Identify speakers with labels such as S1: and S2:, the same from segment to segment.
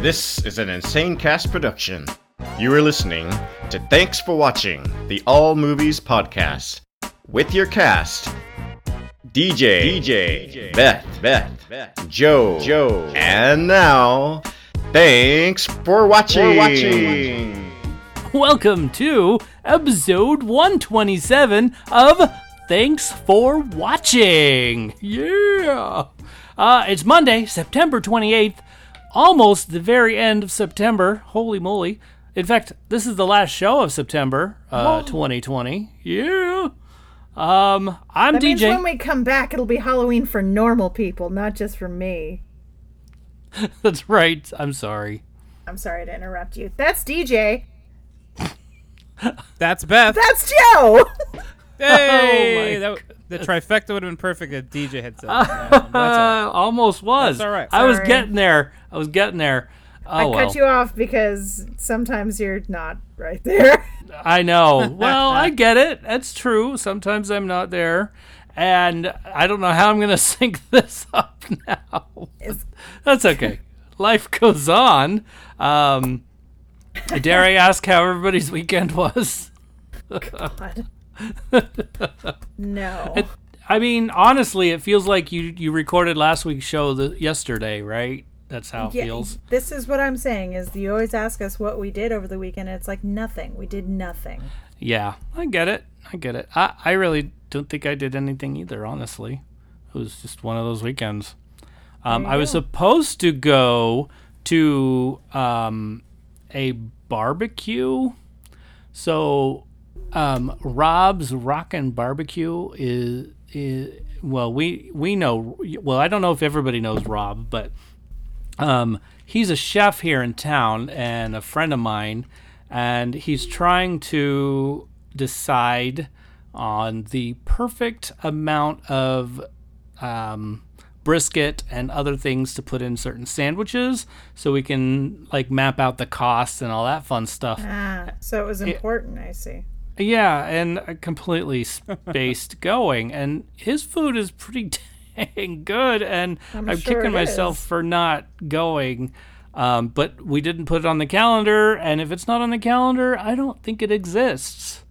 S1: This is an Insane Cast production. You are listening to Thanks for Watching, the All Movies Podcast, with your cast DJ, DJ, Beth, Beth, Beth, Joe, Joe, and now, thanks for watching. watching.
S2: Welcome to episode 127 of Thanks for Watching. Yeah. Uh, it's Monday, September 28th, almost the very end of September. Holy moly. In fact, this is the last show of September uh, 2020. Yeah. Um, I'm
S3: That means
S2: DJ.
S3: when we come back, it'll be Halloween for normal people, not just for me.
S2: That's right. I'm sorry.
S3: I'm sorry to interrupt you. That's DJ.
S4: That's Beth.
S3: That's Joe.
S4: hey,
S2: Oh my
S4: that- the trifecta would have been perfect if DJ had said that. That's all.
S2: Uh, almost was.
S4: That's all right.
S2: I was
S3: Sorry.
S2: getting there. I was getting there. Oh,
S3: I
S2: well.
S3: cut you off because sometimes you're not right there.
S2: I know. Well, I get it. That's true. Sometimes I'm not there. And I don't know how I'm going to sync this up now. That's okay. Life goes on. Um, dare I ask how everybody's weekend was?
S3: God. no.
S2: I mean, honestly, it feels like you, you recorded last week's show the, yesterday, right? That's how it
S3: Yeah,
S2: feels.
S3: This is what I'm saying is you always ask us what we did over the weekend and it's like nothing. We did nothing.
S2: Yeah, I get it. I get it. I, I really don't think I did anything either, honestly. It was just one of those weekends. Um, I was supposed to go to um, a barbecue. So um, Rob's Rockin' Barbecue is, is well, we we know. Well, I don't know if everybody knows Rob, but um, he's a chef here in town and a friend of mine, and he's trying to decide on the perfect amount of um, brisket and other things to put in certain sandwiches, so we can like map out the costs and all that fun stuff.
S3: Ah, so it was important, I see.
S2: Yeah, and uh, completely spaced going. And his food is pretty dang good. And I'm,
S3: sure
S2: kicking
S3: it
S2: myself
S3: is.
S2: for not going. Um, but we didn't put it on the calendar. And if it's not on the calendar, I don't think it exists.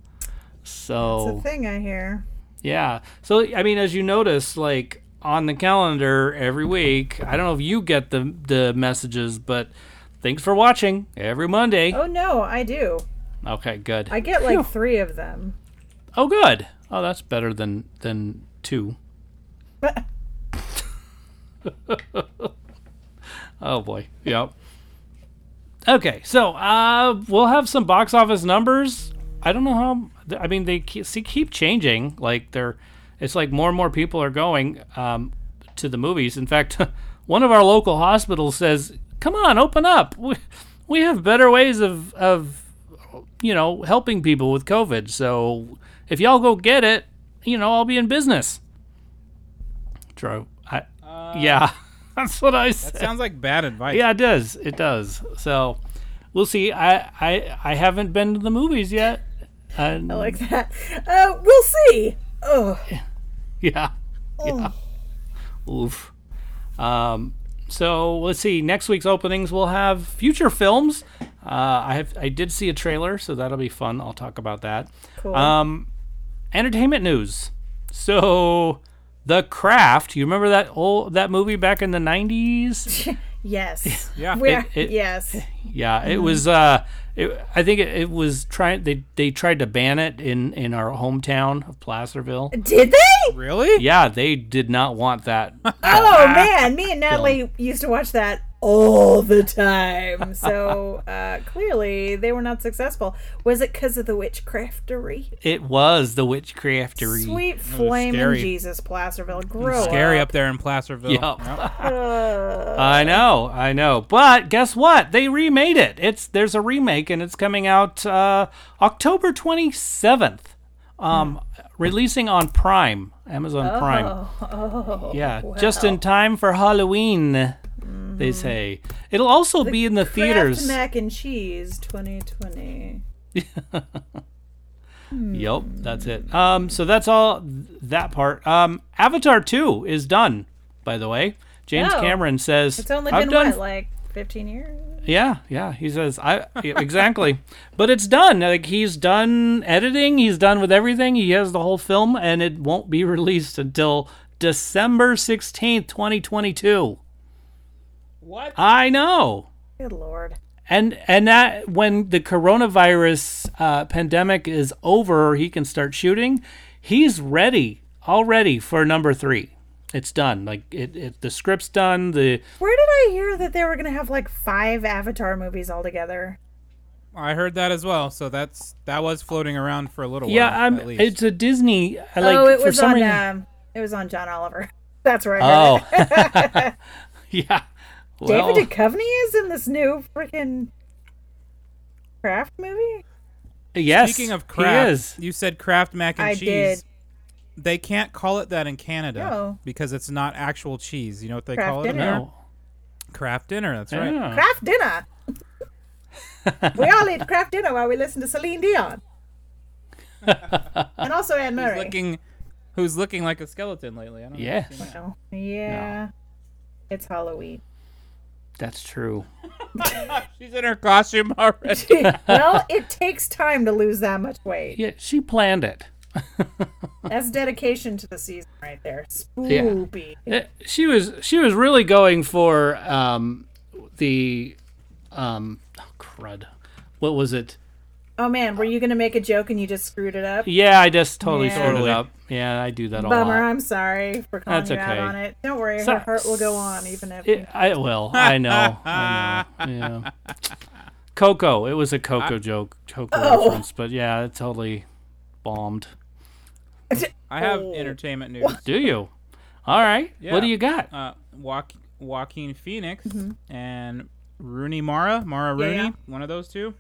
S3: It's
S2: So,
S3: a thing I hear.
S2: yeah. So, I mean, as you notice, like on the calendar every week, I don't know if you get the, the messages, but thanks for watching every Monday.
S3: Oh no, I do.
S2: Okay, good.
S3: I get like three of them.
S2: Oh, good. Oh, that's better than than two. oh boy. Yep. Okay, so uh, we'll have some box office numbers. I don't know how. I mean, they keep, see, keep changing. Like they're, it's like more and more people are going um, to the movies. In fact, one of our local hospitals says, "Come on, open up. We, we have better ways of of you know, helping people with COVID. So if y'all go get it, you know, I'll be in business. True. I, yeah, that's what I said.
S4: Sounds like bad advice.
S2: yeah, it does. It does. So we'll see. I I, I haven't been to the movies yet. And,
S3: Like that. Uh, we'll see. Oh,
S2: yeah. Yeah. Oof. Um, so let's see. Next week's openings, we'll have future films. Uh, I have I did see a trailer, so that'll be fun. I'll talk about that.
S3: cool.
S2: Um, entertainment news. So, The Craft. You remember that old that movie back in the nineties?
S3: Yes.
S4: Yeah.
S3: We're,
S2: It- it-
S3: yes.
S2: yeah, it was. Uh, it, I think it, it was trying. They they tried to ban it in in our hometown of Placerville.
S3: Did they?
S4: Really?
S2: Yeah, they did not want that.
S3: Oh man, me and Natalie used to watch that all the time. So uh, clearly they were not successful. Was it because of the witchcraftery?
S2: It was the witchcraftery.
S3: Sweet flaming
S4: scary.
S3: Jesus, Placerville, grow
S4: Scary
S3: up.
S4: up there in Placerville.
S2: Yep.
S4: Yep.
S2: I know, I know. But guess what? They remade it. It's there's a remake and it's coming out uh, October 27th. Um,
S3: Hmm.
S2: releasing on Prime, Amazon Prime. Oh, yeah, just in time for Halloween.
S3: Mm-hmm.
S2: They say it'll also be in the theaters.
S3: Kraft mac and cheese, 2020.
S2: Yep, that's it. Um, so that's all th- that part. Um, Avatar 2 is done, by the way. James
S3: Oh.
S2: Cameron says
S3: It's only
S2: I've
S3: been
S2: done
S3: what, like 15 years?
S2: Yeah, yeah. He says, "I yeah, exactly," but it's done. Like he's done editing. He's done with everything. He has the whole film, and it won't be released until December sixteenth, twenty twenty-two.
S4: What?
S2: I know.
S3: Good lord.
S2: And and that when the coronavirus uh, pandemic is over, he can start shooting. He's ready already for number three. It's done. Like it, it the script's done. The
S3: Where did I hear that they were going to have like five Avatar movies altogether?
S4: I heard that as well. So that's that was floating around for a little
S2: yeah,
S4: while.
S2: I'm,
S4: at least.
S2: it's a Disney. I Like
S3: oh, it
S2: for
S3: was
S2: some
S3: on.
S2: reason-
S3: Um, it was on John Oliver. That's where I heard it.
S2: Oh, yeah. Well,
S3: David Duchovny is in this new freaking craft movie.
S2: yes.
S4: Speaking of
S2: he
S4: craft,
S2: is.
S4: you said craft mac and
S3: I
S4: cheese.
S3: did.
S4: They can't call it that in Canada
S3: No.
S4: because it's not actual cheese. You know what they
S3: Kraft
S4: call it? in
S3: dinner.
S4: there?
S2: No.
S4: Kraft dinner. That's right.
S2: Yeah.
S3: Craft dinner. we all eat craft dinner while we listen to Celine Dion. and also Anne
S4: Who's
S3: Murray.
S4: looking, who's looking like a skeleton lately? I don't know.
S2: Yes,
S3: Oh, yeah. It's Halloween.
S2: that's true.
S4: She's in her costume already.
S3: well, it takes time to lose that much weight.
S2: Yeah, she planned it.
S3: That's dedication to the season right there. Spoopy.
S2: Eh, She was she was really going for um the um oh, crud. What was it?
S3: Oh man, were you gonna make a joke and you just screwed it up?
S2: Yeah, I just totally
S3: Yeah.
S2: screwed it
S4: Totally.
S2: up. Yeah, I do that a
S3: Bummer.
S2: lot.
S3: I'm sorry for calling
S2: That's
S3: you out
S2: okay.
S3: on it. Don't worry,
S2: So-
S3: her heart will go on even if.
S2: It, I will. I know. I know. Yeah. Coco. It was a Coco joke, Coco
S3: Oh.
S2: reference, but yeah, it totally bombed.
S4: I have
S3: Oh.
S4: entertainment news.
S2: Do you? All right. What
S4: Yeah.
S2: do you got?
S4: Uh, Joaqu- Joaquin Phoenix and Rooney Mara, Mara
S3: Mm-hmm. Yeah,
S4: Rooney,
S3: yeah.
S4: one of those two.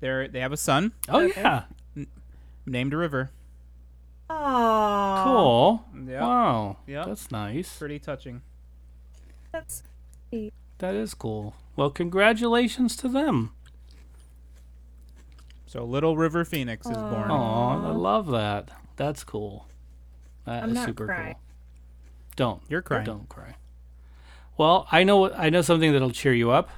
S4: They're they have a son
S2: Oh
S4: uh,
S2: yeah.
S4: named River.
S3: Aw,
S2: Cool.
S4: Yeah.
S2: Wow.
S4: Yeah.
S2: That's nice.
S4: Pretty touching.
S3: That's
S2: That is cool. Well, congratulations to them.
S4: So little River Phoenix is born.
S2: Aw, I love that. That's cool. That
S3: I'm
S2: is
S3: not
S2: super
S3: crying.
S2: cool. Don't.
S4: You're crying.
S2: Don't cry. Well, I know I know something that'll cheer you up.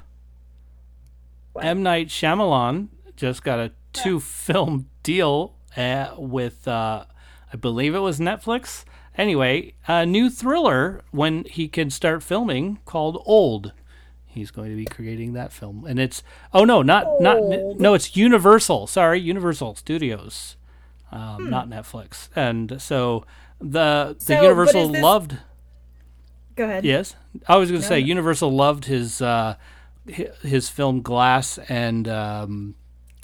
S2: M Night Shyamalan just got a two film deal uh, with uh, I believe it was Netflix. Anyway, a new thriller when he can start filming called Old. He's going to be creating that film, and it's oh no, not not
S3: Old.
S2: no, it's Universal. Sorry, Universal Studios, um, not Netflix. And so the the
S3: Hmm. So, but
S2: Universal
S3: is this-
S2: loved.
S3: go ahead.
S2: Yes, I was going to say Universal loved his uh, hi- his film Glass and um,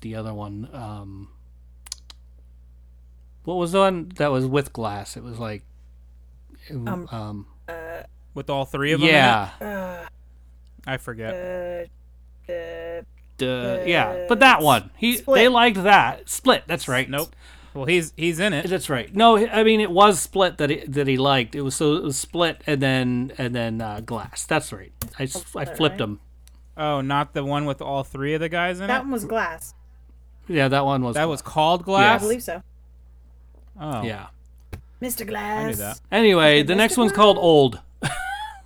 S2: the other one. Um, what was the one that was with Glass? It was like, it w- um,
S4: With all three of them. in it?
S2: yeah,
S4: I forget.
S3: Uh, uh,
S2: duh, yeah, but that one he they
S3: Split.
S2: liked that Split. That's right.
S4: nope. Well, he's he's in it.
S2: That's right. No, I mean it was Split that he, that he liked. It was so it was Split and then and then uh, Glass. That's right. I, s- I flipped
S3: right.
S2: him.
S4: Oh, not the one with all three of the guys in
S3: that
S4: it.
S3: one was glass.
S2: Yeah, that one was.
S4: That was called
S3: I
S4: Glass.
S3: believe so.
S4: Oh,
S2: yeah.
S3: Mr. Glass.
S4: I knew that.
S2: Anyway, the next one's called Old.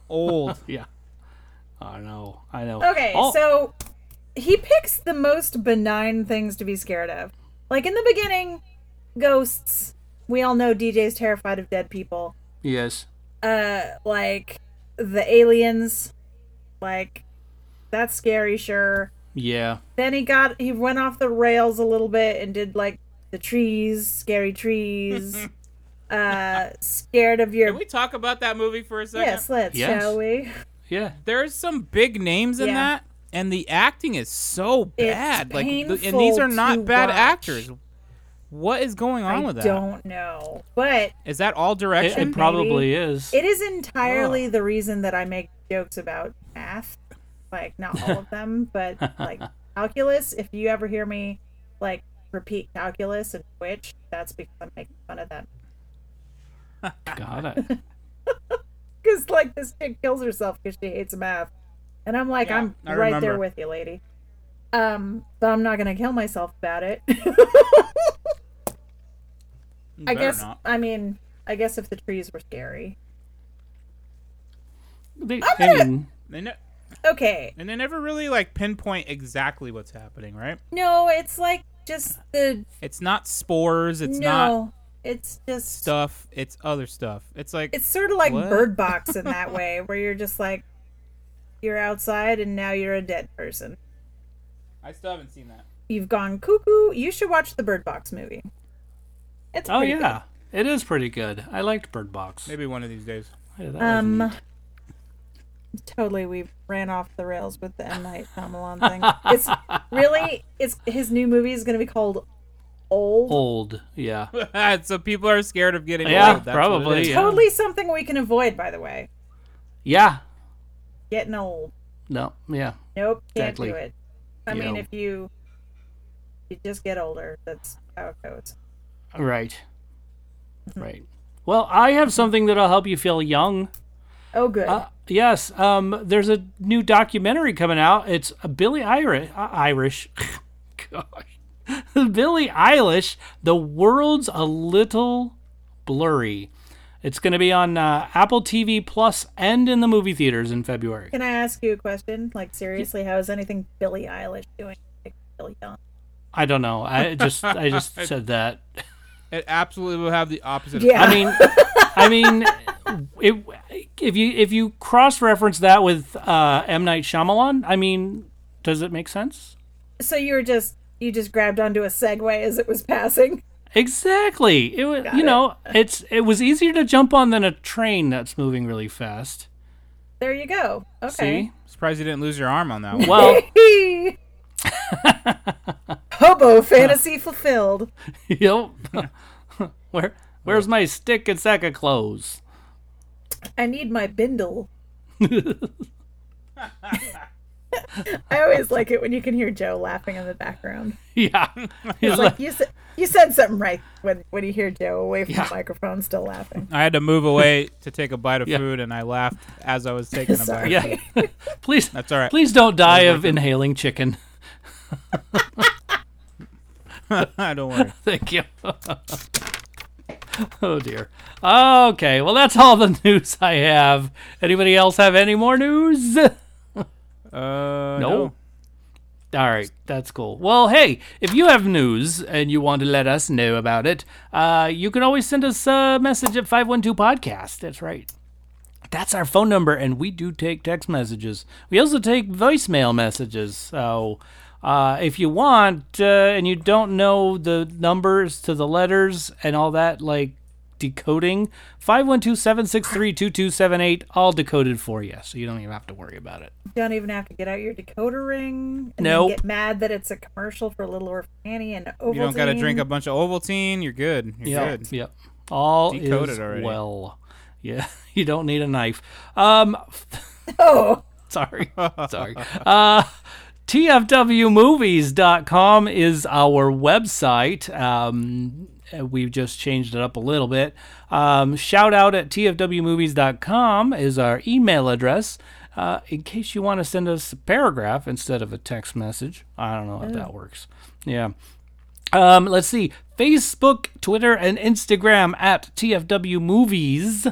S4: Old.
S2: Yeah. I know. I know.
S3: Okay,
S2: Oh,
S3: so he picks the most benign things to be scared of. Like in the beginning, ghosts. We all know DJ's terrified of dead people.
S2: yes.
S3: Uh, like the aliens. Like that's scary, sure.
S2: Yeah.
S3: Then he got he went off the rails a little bit and did like the trees, scary trees. uh, scared of your
S4: Can we talk about that movie for a second?
S3: yes, let's
S2: Yes.
S3: shall we?
S2: Yeah.
S4: there's some big names in
S3: Yeah.
S4: that and the acting is so bad like th- and
S3: painful
S4: these are
S3: to
S4: not bad
S3: watch.
S4: actors what is going on
S3: I
S4: with that? Is
S3: don't know, but
S4: that all
S2: It,
S4: direction
S2: it probably is.
S3: It is entirely the reason that I make jokes about math. Like, not all of them, but like calculus. If you ever hear me like repeat calculus and which, that's because I'm making fun of them.
S2: Got it.
S3: Because like this kid kills herself because she hates math, and I'm like,
S4: Yeah,
S3: I'm
S4: I
S3: right there
S4: remember.
S3: with you, lady. Um, so I'm not gonna kill myself about it.
S4: You
S3: I
S4: better
S3: guess.
S4: not.
S3: I mean, I guess if the trees were scary,
S2: They,
S3: gonna-
S2: I mean,
S4: They, ne-
S3: Okay.
S4: And they never really like pinpoint exactly what's happening, right?
S3: No, it's like just the
S4: It's not spores. It's not
S3: no. It's just
S4: stuff. It's other stuff. It's like
S3: it's sort of like
S4: What?
S3: bird box in that way where you're just like you're outside and now you're a dead person.
S4: I still haven't seen that.
S3: You've gone cuckoo. You should watch the bird box movie. It's
S2: Oh
S3: pretty good.
S2: yeah, it is pretty good. I liked Bird Box.
S4: Maybe one of these days.
S2: Yeah, that was
S3: Um,
S2: neat.
S3: totally, we ran off the rails with the M Night Shyamalan thing. It's really, it's his new movie is going to be called Old.
S2: old. Yeah,
S4: so people are scared of getting
S2: Yeah,
S4: old. That's
S2: probably,
S4: what it is.
S2: yeah.
S3: Totally something we can avoid, by the way.
S2: yeah.
S3: Getting old.
S2: No, yeah.
S3: Nope, can't
S2: Exactly.
S3: do it. I
S2: You
S3: mean,
S2: know.
S3: if you you just get older, that's how it goes.
S2: Right. Right. Well, I have something that'll help you feel young.
S3: Oh, good.
S2: Uh, yes, um, there's a new documentary coming out. It's a Billie Irish. Uh, Irish. Gosh. Billie Eilish, The World's a Little Blurry. It's going to be on uh, Apple TV Plus and in the movie theaters in February.
S3: can I ask you a question? Like, seriously, how is anything Billie Eilish doing? Like, Billie Young.
S2: I don't know. I just I just said that.
S4: It absolutely will have the opposite.
S3: Yeah.
S2: I mean, I mean, it, if you if you cross reference that with uh, M Night Shyamalan, I mean, does it make sense?
S3: So you were just you just grabbed onto a segue as it was passing.
S2: Exactly. It was, you
S3: it.
S2: know, it's it was easier to jump on than a train that's moving really fast.
S3: There you go. Okay.
S2: See?
S4: Surprised you didn't lose your arm on that one.
S3: Oh.
S2: Well,
S3: Hobo fantasy fulfilled.
S2: yep. Where where's my stick and sack of clothes?
S3: I need my bindle. I always like it when you can hear Joe laughing in the background.
S2: Yeah. He's
S3: It's like you said, you said something right when when you hear Joe away from
S2: Yeah.
S3: the microphone, still laughing.
S4: I had to move away to take a bite of
S2: Yeah.
S4: food, and I laughed as I was taking a bite.
S3: Sorry.
S2: yeah. please
S4: That's all right.
S2: please don't die of inhaling chicken.
S4: Don't worry.
S2: Thank you. oh dear. Okay, well that's all the news I have. Anybody else have any more news?
S4: Uh, no.
S2: All right, that's cool. Well, hey, if you have news and you want to let us know about it, uh, you can always send us a message at 512 Podcast. That's right. That's our phone number, and we do take text messages. We also take voicemail messages. So uh, if you want uh, and you don't know the numbers to the letters and all that, like decoding, 512 763 2278, all decoded for you. So you don't even have to worry about it.
S3: You don't even have to get out your decoder ring. And then
S2: Nope.
S3: Get mad that it's a commercial for Little Orphan Annie and Ovaltine.
S4: You don't got to drink a bunch of Ovaltine. You're good. You're
S2: Yep.
S4: good.
S2: Yep. All
S4: Decoded
S2: is
S4: already.
S2: well. Yeah. You don't need a knife. Um.
S3: Oh,
S2: Sorry. sorry. Uh. TFWmovies.com is our website. Um, uh, we've just changed it up a little bit. Um, shout out at TFWmovies.com is our email address uh, in case you want to send us a paragraph instead of a text message. I don't know if that works. Yeah. Um, let's see. Facebook, Twitter, and Instagram at TFW Movies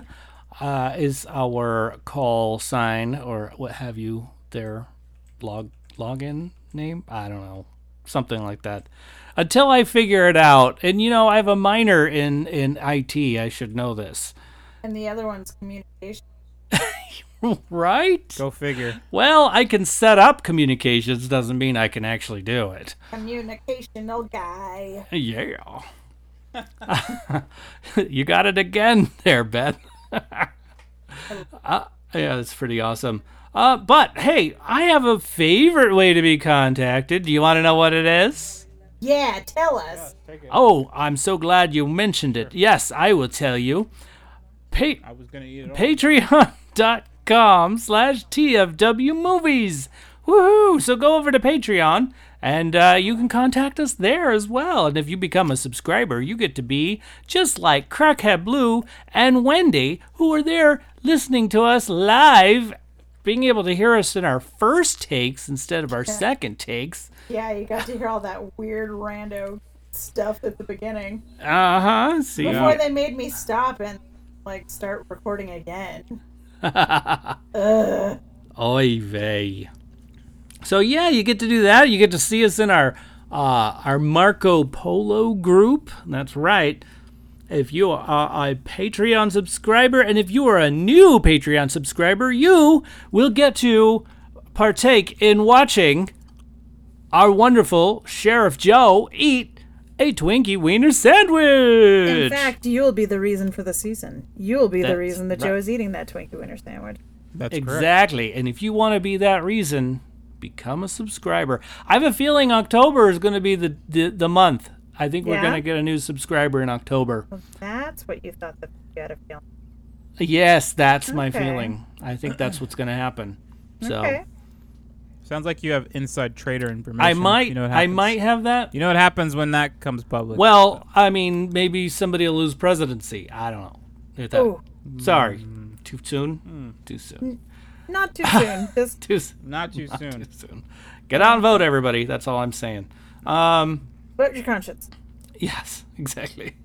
S2: uh, is our call sign or what have you. Their log login name. I don't know, something like that. Until I figure it out, and you know, I have a minor in in IT. I should know this,
S3: and the other one's communication.
S2: right?
S4: Go figure.
S2: Well, I can set up communications. Doesn't mean I can actually do it.
S3: Communicational guy.
S2: Yeah. you got it again there, Ben. Uh, yeah, that's pretty awesome. Uh, but hey, I have a favorite way to be contacted. Do you want to know what it is?
S3: Yeah, tell us.
S2: Oh, I'm so glad you mentioned it. Yes, I will tell you. Pa-
S4: I was gonna eat it. all.
S2: patreon.com slash tfw movies woohoo so go over to patreon and uh, you can contact us there as well and if you become a subscriber you get to be just like crackhead blue and wendy who are there listening to us live being able to hear us in our first takes instead of our second takes
S3: Yeah, you got to hear all that weird rando stuff at the beginning
S2: uh-huh see
S3: before they made me stop and like start recording again.
S2: Oy vey. So yeah, you get to do that. You get to see us in our uh, our Marco Polo group. That's right. If you are a Patreon subscriber, and if you are a new Patreon subscriber, you will get to partake in watching our wonderful Sheriff Joe eat a Twinkie Wiener sandwich.
S3: In fact, you'll be the reason for the season. You'll be the
S2: That's
S3: reason that
S2: right.
S3: Joe is eating that Twinkie Winter sandwich.
S4: That's correct.
S2: Exactly. And if you want to be that reason, become a subscriber. I have a feeling October is going to be the the, the month. I think we're
S3: Yeah?
S2: going to get a new subscriber in October.
S3: Well, that's what you thought that you had a feeling.
S2: Yes, that's my
S3: Okay.
S2: feeling. I think that's what's going to happen. So
S3: Okay.
S4: Sounds like you have inside trader information.
S2: I might
S4: You know what
S2: I
S4: happens.
S2: might have that.
S4: You know what happens when that comes public?
S2: Well, I mean, maybe somebody will lose presidency. I don't know. If that-
S3: Oh,
S2: Sorry.
S4: Mm.
S2: Too soon? Too soon.
S3: not too soon. Just
S2: Too soon.
S4: not too soon.
S2: Too soon. Get out and vote, everybody. That's all I'm saying. Um,
S3: vote your conscience.
S2: Yes, exactly.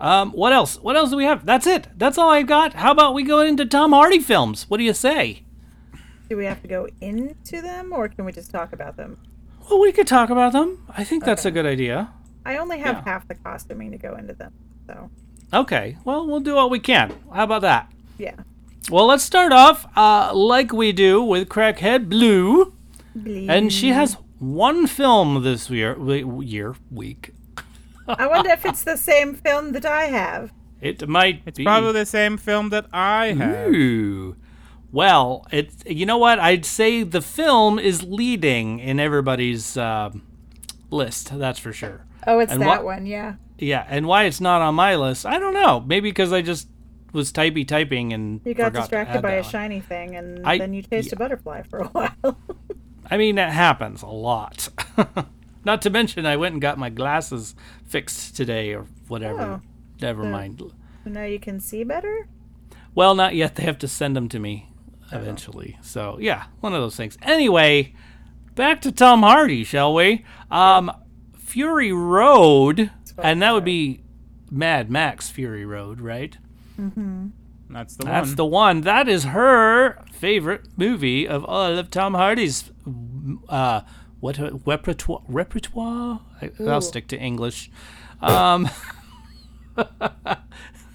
S2: Um, what else? What else do we have? That's it. That's all I've got. How about we go into Tom Hardy films? What do you say?
S3: Do we have to go into them, or can we just talk about them?
S2: Well, we could talk about them. I think that's a good idea.
S3: I only have
S2: Yeah.
S3: half the costuming to go into them, so
S2: Okay. Well, we'll do what we can. How about that?
S3: yeah.
S2: Well, let's start off uh, like we do with Crackhead Blue, and she has one film this year. we- Year week.
S3: I wonder if it's the same film that I have.
S2: It might
S4: It's
S2: be
S4: probably the same film that I have.
S2: Ooh. Well, it's you know what I'd say the film is leading in everybody's um list. That's for sure.
S3: Oh, it's
S2: And
S3: that
S2: what-
S3: one, yeah.
S2: Yeah, and why it's not on my list, I don't know. Maybe because I just was typey typing and
S3: You got
S2: forgot to
S3: distracted
S2: add
S3: by
S2: that
S3: a
S2: one.
S3: shiny thing, and
S2: I-
S3: then you chased a butterfly for a while.
S2: I mean, that happens a lot. Not to mention, I went and got my glasses fixed today or whatever.
S3: Oh.
S2: Never
S3: Yeah.
S2: mind.
S3: so now you can see better.
S2: Well, not yet. They have to send them to me eventually. So, yeah, one of those things. Anyway, back to Tom Hardy, shall we? Um, Fury Road, and that would be Mad Max Fury Road, right?
S4: That's the
S2: That's
S4: one.
S2: the one. That is her favorite movie of all of Tom Hardy's. Uh, what repertoire? Repertoire? I, I'll stick to English. Um,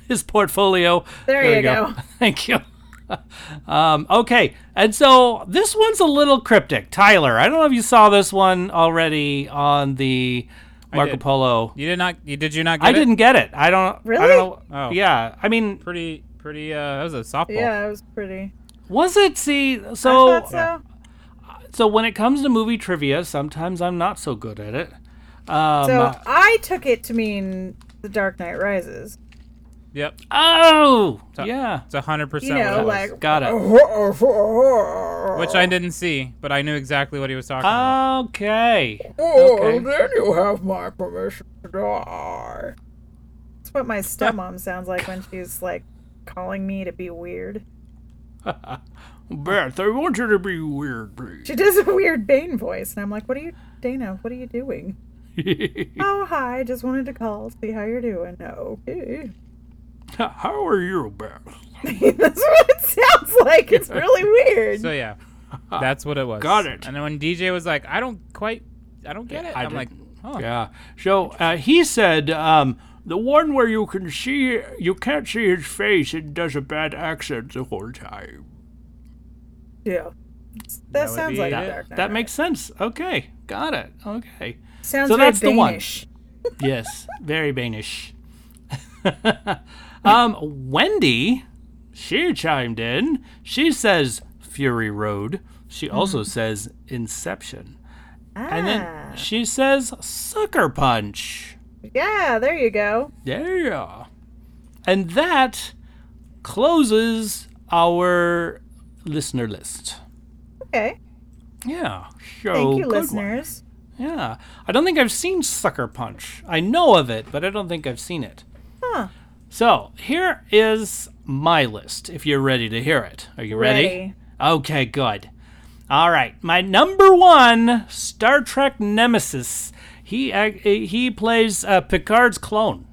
S2: his portfolio.
S3: There you
S2: we
S3: go.
S2: Thank you. Um, okay, and so this one's a little cryptic. Tyler, I don't know if you saw this one already on the Marco
S4: did.
S2: Polo.
S4: you did not. You, did you not get
S2: I
S4: it?
S2: didn't get it. I don't. I
S3: Really?
S2: don't know.
S4: Oh.
S2: Yeah. I mean,
S4: Pretty, pretty. Uh, that was a softball.
S3: Yeah, it was pretty.
S2: was it? See, so
S3: I thought so.
S2: So when it comes to movie trivia, sometimes I'm not so good at it. Um,
S3: So I took it to mean The Dark Knight Rises.
S4: Yep.
S2: oh, yeah.
S4: It's hundred percent.
S3: You know,
S4: what it was,
S3: like
S2: Got it.
S3: Which
S4: which I didn't see, but I knew exactly what he was talking
S2: Ah.
S3: oh.
S4: about.
S2: Okay. okay.
S3: then you have my permission to die. That's what my stepmom sounds like when she's like calling me to be weird.
S2: Beth, I want you to be weird, please.
S3: She does a weird Bane voice, and I'm like, "What are you, Dana? What are you doing?" oh, hi. I Just wanted to call, see how you're doing. Okay.
S2: How are you, Beth?
S3: That's what it sounds like. It's really weird.
S4: So yeah, that's what it was.
S2: Got it.
S4: And then when DJ was like, I don't quite, I don't get it.
S2: I
S4: I'm like,
S2: didn't-
S4: oh,
S2: Yeah. So uh, he said um, the one where you can see you can't see his face and does a bad accent the whole time.
S3: yeah. That,
S4: would
S3: sounds
S4: be
S3: like
S4: it.
S3: a Dark Knight
S2: That makes sense. Okay, got it. Okay.
S3: Rises. sounds
S2: so
S3: very
S2: that's the one.
S3: Danish.
S2: yes, very Danish. um, Wendy, she chimed in. She says Fury Road. She
S3: Hmm.
S2: also says Inception. And
S3: Ah.
S2: then she says Sucker Punch.
S3: Yeah, there you go.
S2: Yeah. And that closes our listener list.
S3: Okay.
S2: Yeah. So
S3: Thank you,
S2: Oh, good one.
S3: listeners.
S2: Yeah. I don't think I've seen Sucker Punch. I know of it, but I don't think I've seen it.
S3: Huh.
S2: So here is my list if you're ready to hear it. Are you ready?
S3: Ready.
S2: Okay, good. All right. My number one Star Trek Nemesis. He ac- he plays uh, Picard's clone,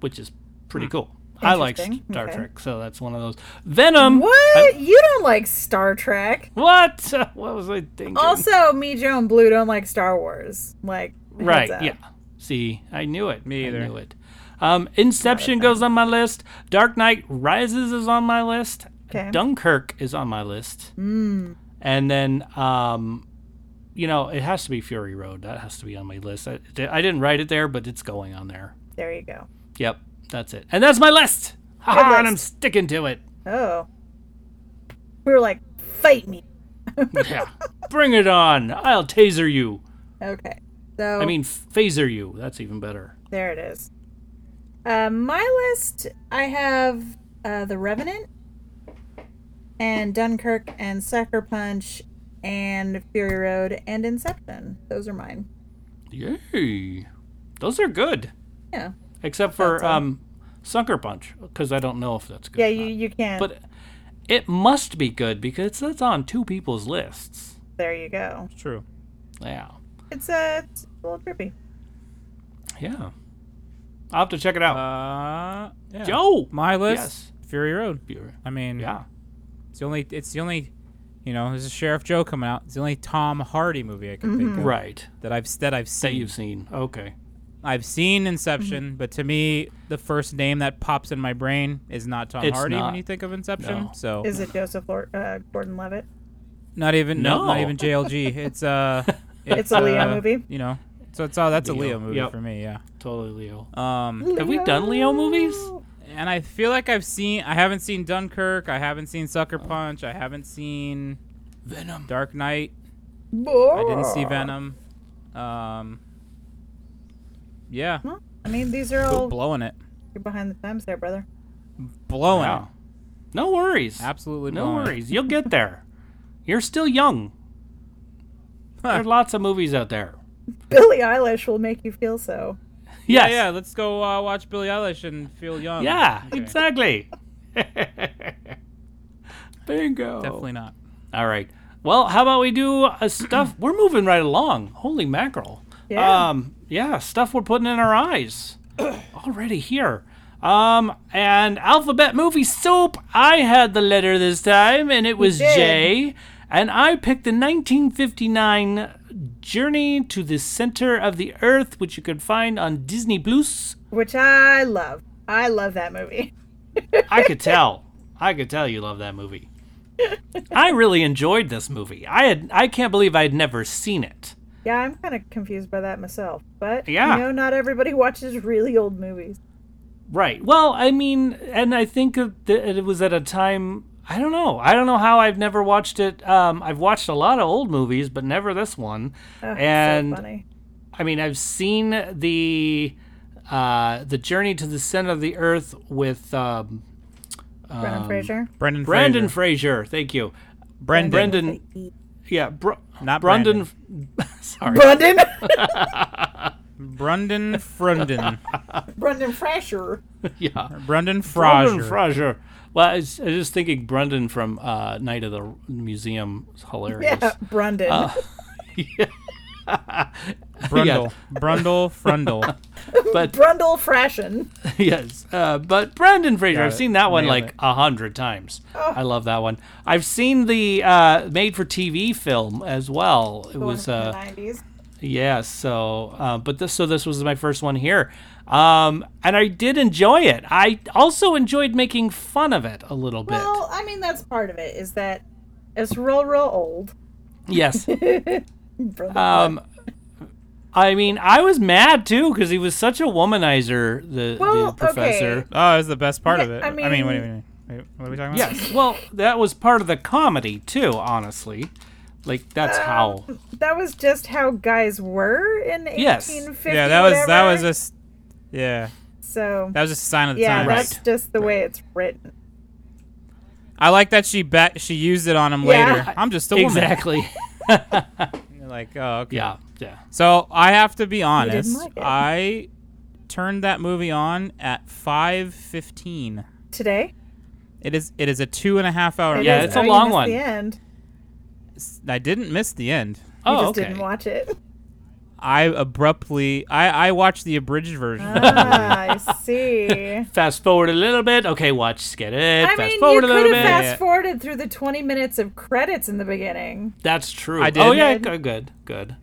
S2: which is pretty cool. I like
S3: Hmm. Interesting.
S2: Star
S3: Okay.
S2: Trek, so that's one of those. Venom. Uh,
S3: What? you don't like Star Trek.
S2: What? What was I thinking?
S3: Also, me, Joe, and Blue don't like Star Wars. Like, heads
S2: right.
S3: up.
S2: Yeah. See, I knew it.
S4: Me
S2: I
S4: either.
S2: knew it. Um, Inception goes on my list. Dark Knight Rises is on my list.
S3: Okay. Mm.
S2: Dunkirk is on my list. And then, um, you know, it has to be Fury Road. That has to be on my list. I, I didn't write it there, but it's going on there.
S3: There you go.
S2: Yep, that's it. And that's my list. Ha
S3: Good
S2: ha, and I'm
S3: list.
S2: sticking to it.
S3: Oh. We were like, fight me.
S2: Yeah. Bring it on. I'll taser you.
S3: Okay. So
S2: I mean, phaser you. That's even better.
S3: there it is. Uh, my list, I have uh, The Revenant and Dunkirk and Sucker Punch and Fury Road and Inception. Those are mine.
S2: Yay. Those are good.
S3: Yeah.
S2: Except for
S3: That's all.
S2: um, Sucker Punch, because I don't know if that's good.
S3: Yeah,
S2: or
S3: you,
S2: not.
S3: you can.
S2: But it must be good because that's on two people's lists.
S3: there you go.
S4: It's true.
S2: Yeah.
S3: It's, uh, it's a little trippy.
S2: Yeah. I'll have to check it out.
S4: Uh, yeah.
S2: Joe!
S4: my list.
S2: Yes.
S4: Fury Road. I mean,
S2: Yeah.
S4: it's the only. It's the only. You know, there's a Sheriff Joe coming out. It's the only Tom Hardy movie I can think of
S2: Mm-hmm. Right.
S4: that I've that I've
S2: That
S4: seen.
S2: you've Mm-hmm. seen. Okay.
S4: I've seen Inception, but to me, the first name that pops in my brain is not Tom
S2: It's
S4: Hardy
S2: not.
S4: when you think of Inception.
S2: No.
S4: So
S3: Is it Joseph Lord, uh, Gordon Levitt?
S4: not even no. not
S2: No.
S4: even JLG. It's uh,
S3: It's a Leo
S4: uh,
S3: movie?
S4: You know, so it's all that's a
S2: Leo,
S4: Leo movie
S2: yep.
S4: for me. Yeah.
S2: Totally Leo.
S4: Um,
S2: Have we done Leo movies?
S4: and I feel like I've seen. I haven't seen Dunkirk. I haven't seen Sucker Punch. I haven't seen
S2: Oh. Venom.
S4: Dark Knight. I didn't
S3: Oh.
S4: see Venom. Um, yeah,
S3: Well, I mean, these are all
S4: blowing it,
S3: you're behind the times there, brother.
S4: blowing
S2: Wow. No worries.
S4: it, absolutely.
S2: No
S4: blowing it.
S2: worries. You'll get there. You're still young. There are lots of movies out there.
S3: Billie Eilish will make you feel so.
S2: Yes.
S4: Yeah, yeah. Let's go uh, watch Billie Eilish and feel young.
S2: Yeah,
S4: Okay.
S2: exactly. Bingo.
S4: Definitely not.
S2: All right. Well, how about we do a stuff? we're moving right along. Holy mackerel.
S3: Yeah.
S2: Um, yeah, stuff we're putting in our eyes. Already here. Um, and alphabet movie soup. I had the letter this time, and it was
S3: did.
S2: J. And I picked the 1959 Journey to the Center of the Earth, which you can find on Disney Plus.
S3: Which I love. I love that movie.
S2: I could tell. I could tell you love that movie. I really enjoyed this movie. I had I can't believe I had never seen it.
S3: Yeah, I'm kind of confused by that myself. But,
S2: Yeah.
S3: you know, not everybody watches really old movies.
S2: Right. Well, I mean, and I think that it was at a time I don't know. I don't know how I've never watched it. Um, I've watched a lot of old movies, but never this one.
S3: Oh, it's
S2: and
S3: so funny.
S2: I mean, I've seen the uh, the journey to the center of the earth with um,
S3: Brendan Fraser.
S4: Brendan.
S2: Brandon
S4: Fraser.
S2: Fraser. Thank you,
S4: Brendan.
S2: Brendan. Yeah, Br-
S4: Not
S2: Brendan. Sorry.
S3: Brendan.
S4: Brendan. Frunden.
S3: Brendan Fraser.
S2: yeah.
S4: Brendan Fraser.
S2: Brendan Fraser. Well, I was, I was just thinking Brendan from uh, Night of the Museum is hilarious.
S3: Yeah, Brendan.
S2: Uh,
S4: Brundle. Brundle. Frundle.
S2: But
S3: Brundle Frashen.
S2: yes, uh, but Brendan Fraser.
S4: Got
S2: I've
S4: it.
S2: seen that one
S4: Nailed
S2: like
S4: it.
S2: a hundred times. I love that one. I've seen the uh, made-for-TV film as well. It was
S3: Born in
S2: uh,
S3: the 90s.
S2: Yeah, so uh, but this so this was my first one here. Um and I did enjoy it. I also enjoyed making fun of it a little bit.
S3: Well, I mean, that's part of it, is that it's real, real old.
S2: yes.
S3: Brendan
S2: Um I mean, I was mad too cuz he was such a womanizer the,
S3: Well,
S2: the
S3: okay.
S2: professor.
S4: Oh, it's the best part of
S3: Yeah,
S4: it.
S3: I
S4: I mean, wait,
S3: mean-
S4: wait, wait, wait. What are we talking about?
S2: Yes. Well, that was part of the comedy too, honestly. Like that's how
S3: That was just how guys were in
S2: Yes.
S3: 1850.
S4: Yeah, that was that
S3: whatever.
S4: was just. Yeah,
S3: so.
S4: that was just a sign of the
S3: yeah,
S4: times.
S3: that's just the way it's written.
S4: I like that she bet she used it on him
S3: Yeah.
S4: later. I'm just a woman.
S2: Exactly.
S4: You're like, oh, okay.
S2: yeah. Yeah.
S4: So I have to be honest.
S3: like it.
S4: I turned that movie on at 5:15.
S3: Today? It
S4: It is it is a two and a half hour.
S2: Yeah,
S3: is-
S2: it's a
S3: oh, you
S2: long
S3: missed
S2: one.
S3: The end.
S4: it's I didn't miss the end.
S3: You
S2: oh,
S3: just
S2: okay.
S3: didn't watch it.
S4: I abruptly I I watched the abridged version. of the movie.
S3: ah, I see.
S2: Fast forward a little bit. Okay, watch. Get it.
S3: I
S2: fast
S3: mean, you
S2: forward a little
S3: could
S2: bit.
S3: have
S4: Yeah.
S3: fast forwarded through the 20 minutes of credits in the beginning.
S2: That's true.
S4: I
S2: Oh
S4: did.
S2: yeah, good, good, good.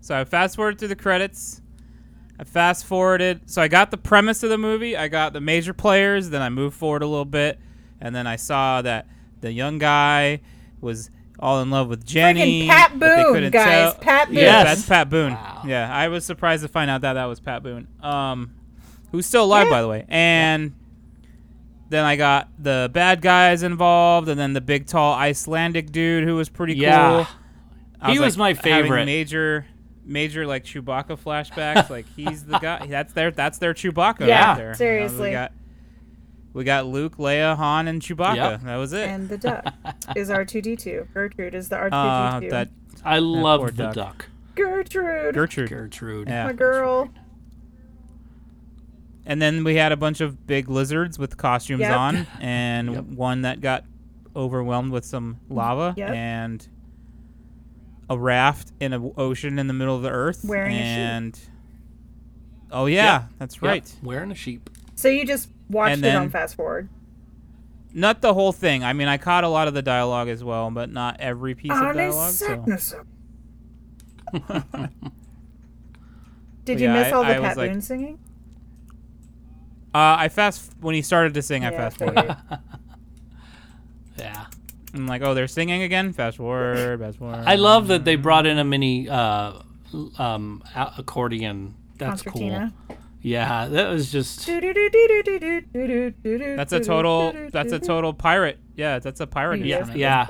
S4: So I fast forwarded through the credits. I fast forwarded. So I got the premise of the movie. I got the major players. Then I moved forward a little bit, and then I saw that the young guy was all in love with Jenny.
S3: Freaking Pat
S4: but they
S3: Boone,
S4: couldn't
S3: guys.
S4: tell-
S3: Pat Boone.
S4: Yeah,
S2: Yes.
S4: that's Pat Boone.
S2: Wow.
S4: Yeah, I was surprised to find out that that was Pat Boone. Um, who's still alive,
S3: Yeah.
S4: by the way. And then I got the bad guys involved, and then the big tall Icelandic dude who was pretty
S2: Yeah.
S4: cool. I
S2: He was my
S4: like, having
S2: favorite.
S4: Major, major like Chewbacca flashbacks. like he's the guy. That's their that's their Chewbacca. right
S2: Yeah,
S4: there. You know,
S3: seriously.
S4: we got we got Luke, Leia, Han, and Chewbacca.
S2: Yep.
S4: That was it.
S3: And the duck is R2D2. Gertrude is the R2D2.
S4: uh, that
S2: I love
S4: poor
S2: the
S4: duck.
S2: duck.
S3: Gertrude,
S4: Gertrude.
S2: Gertrude.
S4: Yeah.
S3: my girl.
S4: And then we had a bunch of big lizards with costumes
S3: Yep.
S4: on, and
S2: Yep.
S4: one that got overwhelmed with some lava,
S3: Yep.
S4: and a raft in an ocean in the middle of the earth.
S3: Wearing a sheep.
S4: and oh yeah, that's
S2: Yep,
S4: right.
S2: Wearing a sheep.
S3: So you just watched
S4: And
S3: it
S4: then-
S3: on fast forward.
S4: Not the whole thing. I mean, I caught a lot of the dialogue as well, but not every piece of
S3: Arne
S4: dialogue. So.
S3: Sagnason. Did
S4: But
S3: you
S4: yeah,
S3: miss
S4: I-
S3: all the
S4: I was
S3: Pat
S4: like-
S3: Boone singing?
S4: Uh, I fast when he started to sing. I
S3: Yeah,
S4: fast
S3: I
S4: forward.
S3: figured.
S2: Yeah.
S4: I'm like, oh, they're singing again. Fast forward, fast forward.
S2: I love that they brought in a mini uh, um, a- accordion. That's
S3: Concertina.
S2: cool. Yeah, that was just
S4: That's a total. That's a total pirate. Yeah, that's a pirate.
S2: Yeah.
S4: instrument.
S2: Yeah.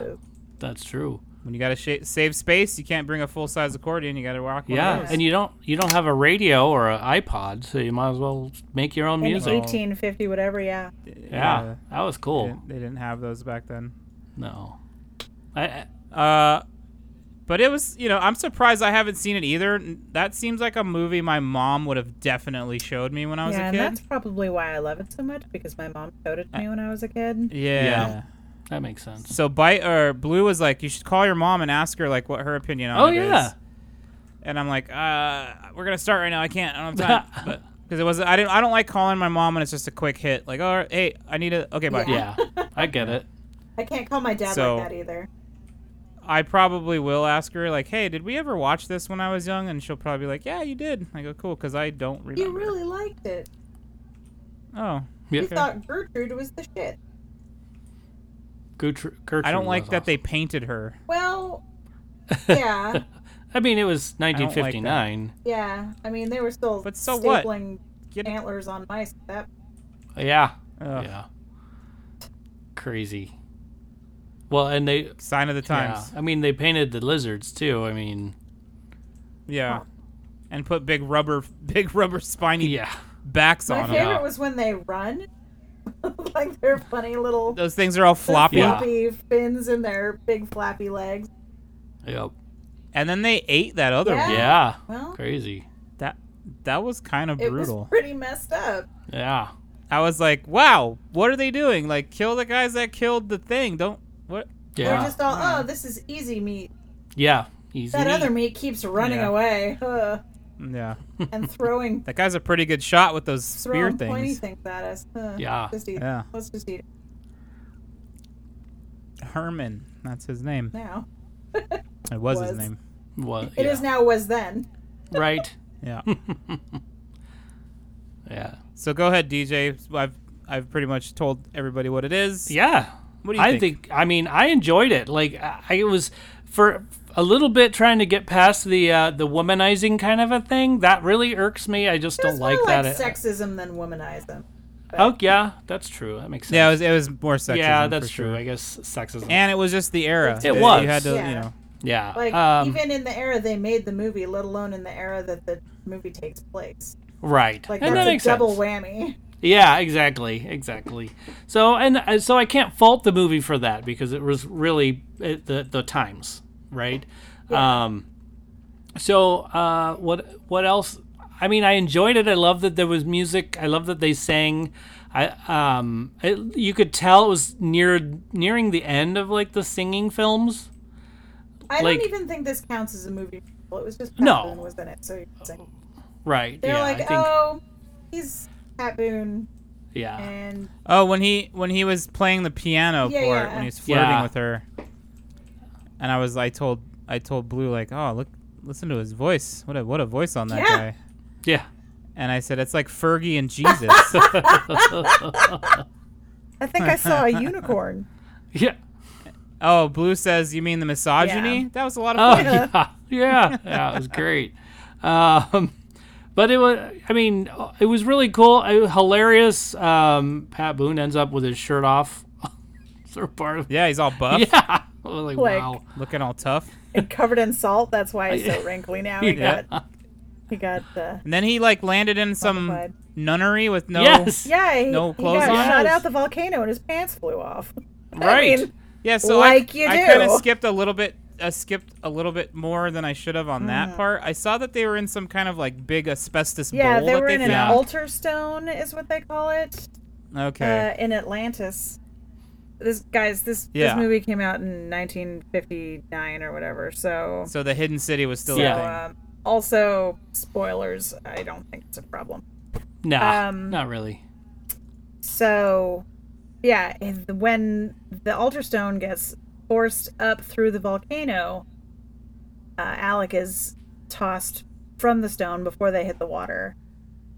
S2: that's true.
S4: When you gotta sh- save space, you can't bring a full size accordion. You gotta rock. One
S2: Yeah,
S4: Of those.
S2: and you don't you don't have a radio or an iPod, so you might as well make your own
S3: In
S2: music.
S3: 1850, whatever, yeah.
S2: Yeah, that was
S4: They
S2: cool.
S4: didn't, they didn't have those back then.
S2: No, I, I
S4: Uh, but it was. You know, I'm surprised I haven't seen it either. N- That seems like a movie my mom would have definitely showed me when I was
S3: Yeah,
S4: a
S3: and
S4: kid.
S3: that's probably why I love it so much because my mom showed it to me when I was a kid.
S4: Yeah.
S2: Yeah. that makes sense.
S4: So bite or blue was like, you should call your mom and ask her like what her opinion on
S2: Oh
S4: it is."
S2: yeah,
S4: And I'm like, uh, we're gonna start right now. I can't. I don't have time. Because it was I didn't I don't like calling my mom when it's just a quick hit. Like, oh hey, I need a okay bye.
S2: yeah, I get it.
S3: I can't call my dad
S4: So-
S3: like that either.
S4: I probably will ask her like, hey, did we ever watch this when I was young? And she'll probably be like, yeah, you did. I go cool because I don't remember.
S3: You really liked it.
S4: Oh,
S2: Yeah,
S3: You thought Gertrude was the shit.
S2: Gertr- Gertrude
S4: I don't like
S2: was
S4: that they
S2: awesome.
S4: painted her.
S3: Well, yeah,
S2: I mean, it was
S4: don't like that.
S2: 1959.
S3: yeah. I mean, they were still
S4: But so what?
S3: stapling
S4: Get-
S3: antlers on mice. at That
S2: Yeah,
S4: Ugh.
S2: yeah, crazy. Well, and they
S4: Sign of the
S2: yeah,
S4: times.
S2: I mean they painted the lizards too. I mean,
S4: Yeah. And put big rubber, big rubber spiny
S2: yeah,
S4: backs
S3: my
S4: on them.
S3: favorite
S2: yeah.
S3: was when they run, like their funny little
S4: Those things are all floppy.
S2: Yeah.
S3: floppy fins and their big flappy legs.
S2: yep,
S4: And then they ate that other
S3: Yeah.
S4: one.
S2: yeah,
S3: Well,
S2: crazy.
S4: That that was kind of
S3: it
S4: brutal.
S3: was pretty messed up.
S2: Yeah,
S4: I was like, wow, what are they doing? Like, kill the guys that killed the thing. Don't what?
S2: yeah,
S3: They're just all, oh, this is easy meat.
S2: yeah. Easy.
S3: That
S2: to
S3: other
S2: eat.
S3: meat keeps running
S4: Yeah.
S3: away Ugh.
S4: Yeah,
S3: and throwing
S4: that guy's a pretty good shot with those spear
S3: throwing pointy
S4: things.
S3: things at us. Ugh.
S2: Yeah.
S3: Just eat.
S4: Yeah.
S3: Let's just eat it
S4: Herman, that's his name.
S3: now.
S4: It was, his
S3: Was.
S4: name.
S2: Well,
S3: It is
S2: yeah.
S3: now was then.
S2: right.
S4: Yeah.
S2: Hmm. Yeah.
S4: so go ahead, DJ. I've I've pretty much told everybody what it is.
S2: Yeah.
S4: What do you
S2: I
S4: think?
S2: I mean, I enjoyed it. Like, I I was for a little bit trying to get past the uh, the womanizing kind of a thing. That really irks me. I just
S3: It
S2: don't
S3: was
S2: like
S3: more
S2: that.
S3: like
S2: it-
S3: sexism than womanism.
S2: oh yeah, that's true. That makes sense.
S4: Yeah, it was it was more sexism.
S2: yeah,
S4: for
S2: that's
S4: sure.
S2: true. I guess sexism.
S4: And it was just the era.
S2: It was.
S4: You had to,
S3: Yeah.
S4: you know.
S2: yeah.
S3: Like
S2: um,
S3: even in the era they made the movie, let alone in the era that the movie takes place.
S2: right.
S3: Like
S2: and
S3: that's
S2: that
S3: a
S2: makes
S3: double
S2: sense.
S3: whammy.
S2: Yeah, exactly, exactly. So and uh, so, I can't fault the movie for that because it was really uh the the times, right? Um, so uh, what what else? I mean, I enjoyed it. I love that there was music. I love that they sang. I um, it, you could tell it was near nearing the end of like the singing films.
S3: I
S2: Like-
S3: don't even think this counts as a movie. people. It was just
S2: No.
S3: Pat Boone was in it. So you're saying-
S2: Right.
S3: they're
S2: yeah.
S3: like,
S2: I think.
S3: oh, he's Pat Boone,
S2: yeah.
S3: and
S4: Oh, when he when he was playing the piano
S3: Yeah,
S4: part
S3: yeah.
S4: when he was flirting
S2: Yeah.
S4: with her, and I was I told I told Blue like, oh look, listen to his voice. What a what a voice on that
S3: Yeah.
S4: guy.
S2: Yeah.
S4: And I said it's like Fergie and Jesus.
S3: I think I saw a unicorn.
S2: Yeah.
S4: oh, Blue says you mean the misogyny?
S3: Yeah.
S4: That was a lot of
S2: Oh
S4: fun.
S2: yeah, yeah, yeah. It was great. Um, but it was. I mean, it was really cool. It was hilarious. Um, Pat Boone ends up with his shirt off. sort of part of.
S4: Yeah, he's all buff,
S2: Yeah. I was like,
S3: Like- oh
S2: wow.
S4: looking all tough.
S3: and covered in salt. That's why it's so wrinkly now. He
S2: Yeah.
S3: got he got the
S4: And then he like landed in some
S3: Mummified.
S4: nunnery with no.
S2: Yes.
S3: yeah. He,
S4: No
S3: he
S4: clothes
S3: got
S4: on?
S3: shot
S2: Yes.
S3: out the volcano and his pants flew off.
S2: Right.
S3: mean,
S4: Yeah, so
S3: Like
S4: I,
S3: you
S4: I kind of
S3: do.
S4: skipped a little bit. I skipped a little bit more than I should have on
S3: Hmm.
S4: that part. I saw that they were in some kind of like big asbestos
S3: Yeah,
S4: bowl
S3: they
S4: that
S3: were
S4: they
S3: in an
S4: found.
S3: altar stone, is what they call it,
S4: okay.
S3: uh, in Atlantis. This guys, this
S4: Yeah.
S3: this movie came out in 1959 or whatever. So,
S4: so the hidden city was still
S3: so,
S4: a
S2: Yeah.
S4: thing.
S3: um, also spoilers. I don't think it's a problem.
S2: Nah.
S3: um,
S2: not really.
S3: So, yeah, and when the altar stone gets forced up through the volcano, uh, Alec is tossed from the stone before they hit the water.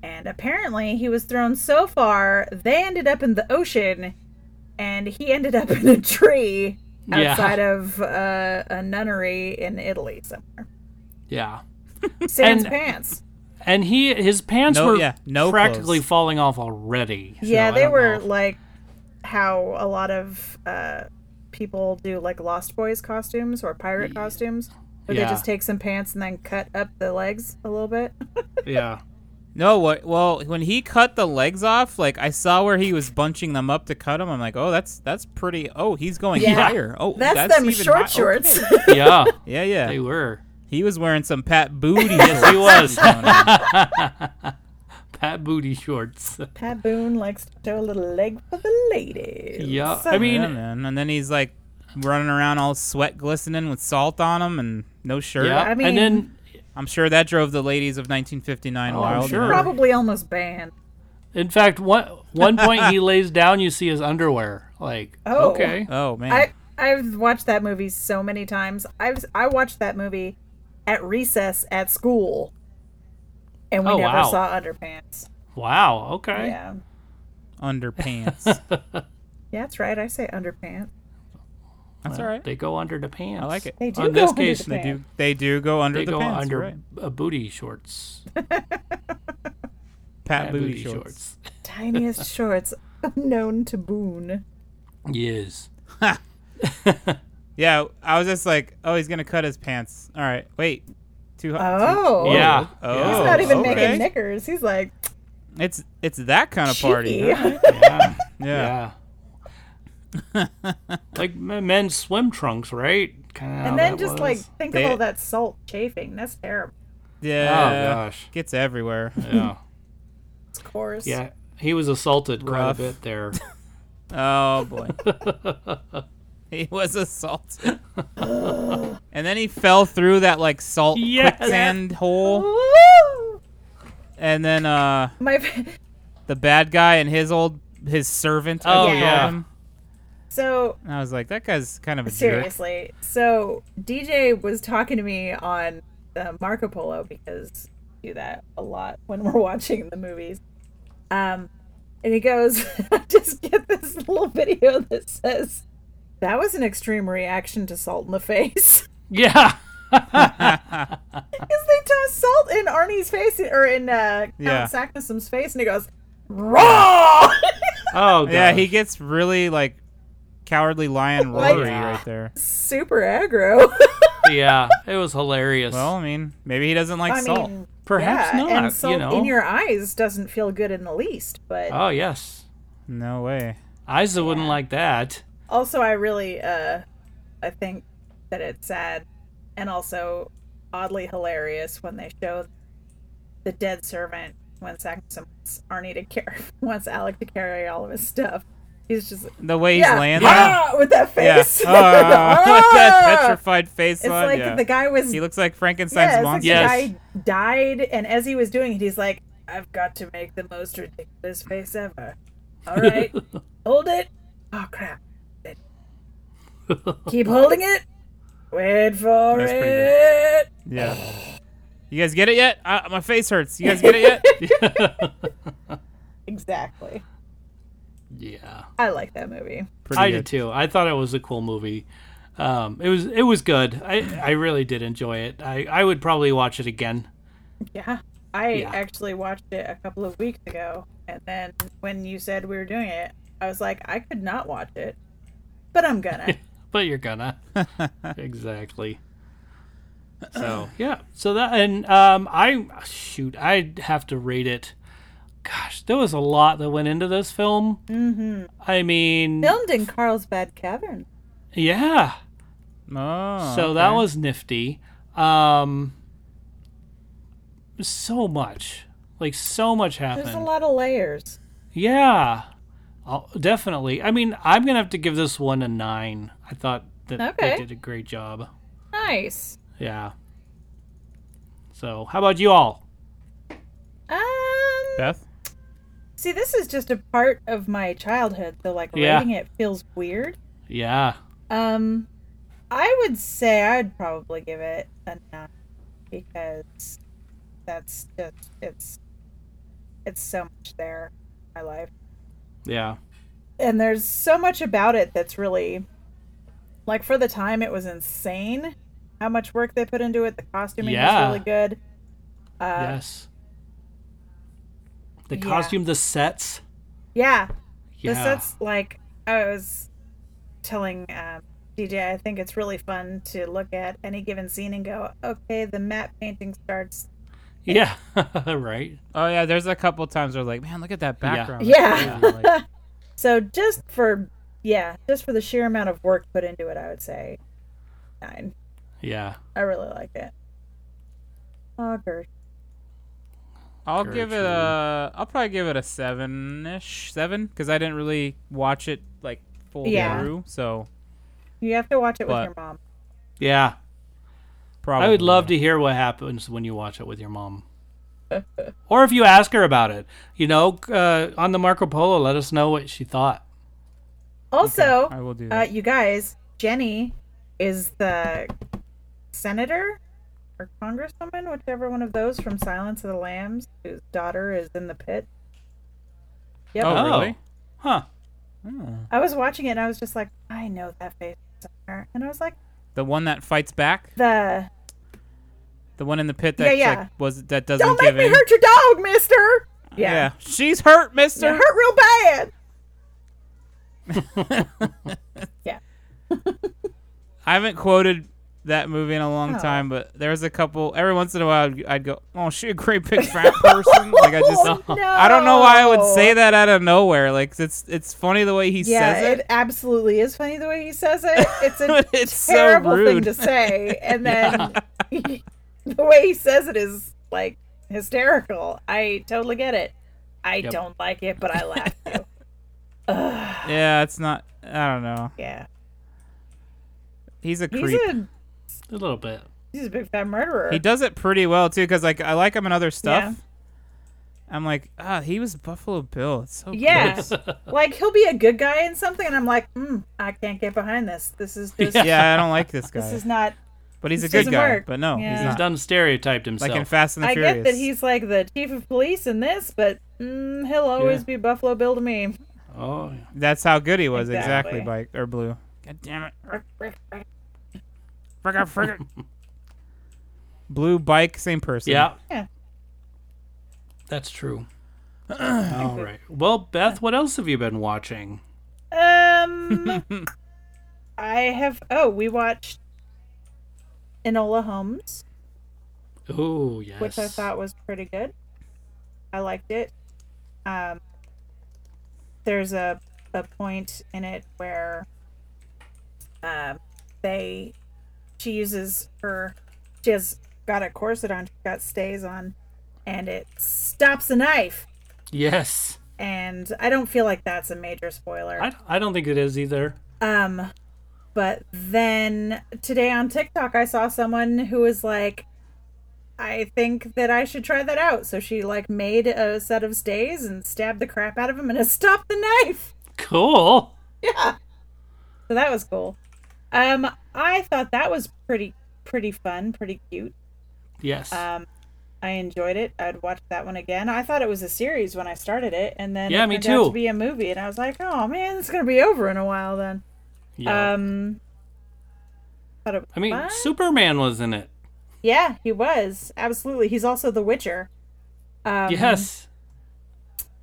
S3: And apparently, he was thrown so far, they ended up in the ocean, and he ended up in a tree
S2: Yeah.
S3: outside of uh, a nunnery in Italy somewhere.
S2: Yeah.
S3: Sans
S2: And-
S3: pants.
S2: And he his pants
S4: No-
S2: were
S4: yeah, no
S2: practically
S4: clothes.
S2: falling off already. so
S3: yeah
S2: I
S3: they
S2: don't
S3: were
S2: know.
S3: like how a lot of uh people do like lost boys costumes or pirate costumes where
S2: Yeah.
S3: they just take some pants and then cut up the legs a little bit
S2: Yeah.
S4: No, what? Well, when he cut the legs off, like I saw where he was bunching them up to cut them. I'm like, oh, that's that's pretty. Oh, he's going
S3: Yeah.
S4: higher. Oh,
S3: that's,
S4: that's
S3: them
S4: even
S3: short
S4: hi-
S3: shorts
S4: okay.
S2: Yeah.
S4: Yeah,
S2: They
S4: yeah.
S2: were.
S4: He was wearing some Pat Booty.
S2: Yes, he was.
S4: was.
S2: Pat booty shorts.
S3: pat boone likes to throw a little leg for the ladies
S2: Yeah,
S3: So-
S2: I mean-
S4: Yeah, man. And then he's like running around all sweat glistening with salt on him and no shirt.
S2: Yeah.
S3: I mean-
S2: and then
S4: I'm sure that drove the ladies of 1959
S2: Oh, I'm
S4: wild.
S2: sure.
S3: probably almost banned
S2: in fact one one point he lays down you see his underwear. Like
S3: Oh.
S2: okay.
S4: Oh man.
S3: i i've watched that movie so many times i've i watched that movie at recess at school and we
S2: Oh,
S3: never
S2: wow.
S3: saw underpants
S2: Wow, okay.
S3: yeah
S4: Underpants.
S3: yeah that's right i say underpants
S4: That's all right.
S2: They go under the pants.
S4: I like it.
S3: They do
S2: In
S3: go
S2: this
S3: under
S2: case,
S3: the
S4: They
S3: pants.
S4: do. They do go under
S2: They
S4: the
S2: go
S4: pants.
S2: under
S4: you're right.
S2: uh, booty shorts.
S4: Pat,
S2: Pat
S4: booty, shorts.
S3: Tiniest shorts known to Boone.
S2: Yes.
S4: Yeah. I was just like, oh, he's gonna cut his pants. All right. Wait. Too hot.
S3: Oh,
S2: Yeah.
S4: Oh.
S2: Yeah.
S3: He's not even
S4: okay.
S3: making knickers. He's like,
S4: It's it's that kind of party.
S3: "Gee."
S4: huh?
S2: Yeah.
S4: Yeah.
S2: like m- men's swim trunks, right? Kind of.
S3: and then just like think
S4: They-
S3: of all that salt chafing. That's terrible.
S4: Yeah.
S2: Oh gosh.
S4: Gets everywhere.
S2: Yeah.
S3: It's coarse.
S2: Yeah. He was assaulted quite a
S4: Rough.
S2: bit there.
S4: Oh boy. he was assaulted. and then he fell through that like salt
S2: Yes.
S4: quicksand hole.
S3: Woo!
S4: And then uh
S3: My
S4: the bad guy and his old his servant. I
S2: Oh,
S4: think they
S2: yeah.
S4: called him.
S3: so
S4: And I was like, that guy's kind of a jerk.
S3: seriously. So DJ was talking to me on the Marco Polo because we do that a lot when we're watching the movies. Um, and he goes, I just get this little video that says that was an extreme reaction to salt in the face.
S2: yeah.
S3: Because they toss salt in Arnie's face or in uh, Count
S4: Yeah.
S3: Sacknessum's face, and he goes, "Raw."
S2: Oh god.
S4: Yeah, he gets really like cowardly lion
S3: Like-
S4: roaring right there.
S3: Super aggro.
S2: yeah. It was hilarious.
S4: Well, I mean, maybe he doesn't like
S3: I
S4: salt.
S3: mean,
S2: Perhaps
S3: yeah,
S2: not, you
S3: And salt
S2: know.
S3: in your eyes doesn't feel good in the least. But
S2: oh yes.
S4: No way.
S2: Isa wouldn't like that.
S3: also, I really, uh, I think that it's sad, and also oddly hilarious when they show the dead servant when Sacknessum wants Arnie to carry wants Alec to carry all of his stuff. He's just
S4: The way he's
S3: yeah,
S4: laying there.
S3: ah, with that
S4: Yeah.
S3: face.
S4: Ah, with that
S3: Ah!
S4: petrified face
S3: It's
S4: on.
S3: like
S4: yeah.
S3: the guy was
S4: he looks like Frankenstein's
S3: yeah, it's like
S4: monster.
S3: the
S2: Yes.
S3: guy died, and as he was doing it, he's like, "I've got to make the most ridiculous face ever." All right, hold it. Oh crap! It- Keep holding it. Wait for
S4: That's pretty
S3: it.
S4: Yeah. You guys get it yet? Uh, my face hurts. You guys get it yet?
S3: Exactly.
S2: yeah.
S3: I like that movie.
S4: Pretty
S2: I
S4: good.
S2: did too. I thought it was a cool movie. Um, it was it was good. I, I really did enjoy it. I, I would probably watch it again.
S3: Yeah. I
S2: Yeah.
S3: actually watched it a couple of weeks ago, and then when you said we were doing it, I was like, I could not watch it, but I'm gonna.
S2: But you're gonna exactly. So yeah. So that and um, I shoot. I have to rate it. Gosh, there was a lot that went into this film. Mm-hmm. I mean,
S3: Filmed in Carlsbad Cavern.
S2: yeah.
S4: Oh,
S2: so that was nifty. Um, so much, like so much happened.
S3: There's a lot of layers.
S2: Yeah, I'll, definitely. I mean, I'm gonna have to give this one a nine. I thought that
S3: Okay.
S2: they did a great job.
S3: Nice.
S2: Yeah. So, how about you all?
S3: Um.
S4: Beth.
S3: See, this is just a part of my childhood, so like
S2: Yeah.
S3: rating it feels weird.
S2: Yeah,
S3: Um, I would say I'd probably give it a nine because that's just it's it's so much there in my life,
S2: yeah,
S3: and there's so much about it that's really like for the time it was insane how much work they put into it. The costuming
S2: Yeah.
S3: was really good. Uh,
S2: yes. The
S3: yeah.
S2: costume, the sets.
S3: yeah,
S2: Yeah,
S3: The sets, like I was telling um, DJ, I think it's really fun to look at any given scene and go, okay, the matte painting starts.
S2: yeah, right.
S4: Oh yeah, there's a couple times where like, man, look at that
S2: Yeah.
S4: background.
S3: Yeah.
S4: That's crazy," like-
S3: So just for yeah, just for the sheer amount of work put into it, I would say nine.
S2: Yeah,
S3: I really like it. Oh, gosh.
S4: I'll
S2: Very
S4: give it
S2: true.
S4: a. I'll probably give it a seven ish, seven, because I didn't really watch it like full
S3: Yeah.
S4: through. So
S3: You have to watch it
S4: But-
S3: with your mom.
S2: yeah.
S4: probably.
S2: I would love to hear what happens when you watch it with your mom. or if you ask her about it, you know, uh, on the Marco Polo, let us know what she thought.
S3: Also,
S4: I will do
S3: uh,
S4: that.
S3: you guys, Jenny is the senator or congresswoman, whichever one of those from Silence of the Lambs, whose daughter is in the pit. Yep.
S4: Oh,
S2: Oh.
S4: really?
S2: Huh.
S3: I was watching it and I was just like, I know that face somewhere. And I was like,
S4: The one that fights back,
S3: the
S4: the one in the pit
S3: Yeah,
S4: that
S3: yeah.
S4: like, was that doesn't
S3: don't make
S4: give
S3: me
S4: in.
S3: hurt your dog, Mister.
S4: Yeah.
S3: Yeah, yeah.
S4: she's hurt, Mister.
S3: It hurt real bad.
S4: I haven't quoted that movie in a long
S3: Oh.
S4: time, but there was a couple. Every once in a while, I'd, I'd go, "Oh, she a great big fat person." like I just,
S3: Oh, no.
S4: I don't know why I would say that out of nowhere. Like it's it's funny the way he
S3: Oh. Yeah,
S4: says it.
S3: it absolutely is funny the way he says it. It's a
S4: It's so
S3: terrible thing
S4: rude.
S3: to say, and then the way he says it is like hysterical. I totally get it. I
S2: Yep.
S3: don't like it, but I laugh. too.
S4: Yeah, it's not. I don't know.
S3: yeah,
S4: He's a
S3: he's
S4: creep.
S3: a
S2: A little bit.
S3: he's a big fat murderer.
S4: he does it pretty well too, because like I like him in other
S3: Yeah.
S4: stuff. I'm like, ah, he was Buffalo Bill. It's so
S3: Yeah,
S4: gross."
S3: like he'll be a good guy in something, and I'm like, mm, I can't get behind this. This is just
S4: yeah, I don't like this guy,
S3: this is not.
S4: but he's a
S3: this
S4: good
S3: doesn't
S4: guy.
S3: work.
S4: But no,
S3: Yeah.
S4: he's
S2: He's
S4: not.
S2: done stereotyped himself.
S4: Like in Fast and the
S3: I
S4: Furious.
S3: get that he's like the chief of police in this, but mm, he'll always be Buffalo Bill to me.
S2: oh,
S4: That's how good he was exactly,
S3: Exactly.
S4: Bike or Blue. God damn it. Frick, frick. Blue bike, same person.
S2: yeah.
S3: Yeah.
S2: That's true. All right. Well, Beth, what else have you been watching?
S3: Um, I have. Oh, we watched Enola Holmes,
S2: Oh, yes.
S3: which I thought was pretty good. I liked it. Um, there's a a point in it where um, they she uses her she has got a corset on, she's got stays on, and it stops a knife.
S2: Yes.
S3: and I don't feel like that's a major spoiler.
S2: I, I don't think it is either.
S3: Um, but then today on TikTok, I saw someone who was like, I think that I should try that out. So she like made a set of stays and stabbed the crap out of him and it stopped the knife.
S2: Cool.
S3: Yeah. So that was cool. Um, I thought that was pretty, pretty fun, pretty cute.
S2: Yes.
S3: Um, I enjoyed it. I'd watch that one again. I thought it was a series when I started it, and then
S2: Yeah,
S3: it
S2: me
S3: turned out
S2: too.
S3: to be a movie, and I was like, oh man, it's gonna be over in a while then.
S2: yeah.
S3: Um, thought it was
S2: I mean,
S3: fun.
S2: Superman was in it.
S3: yeah, he was absolutely. He's also The Witcher. Um,
S2: yes.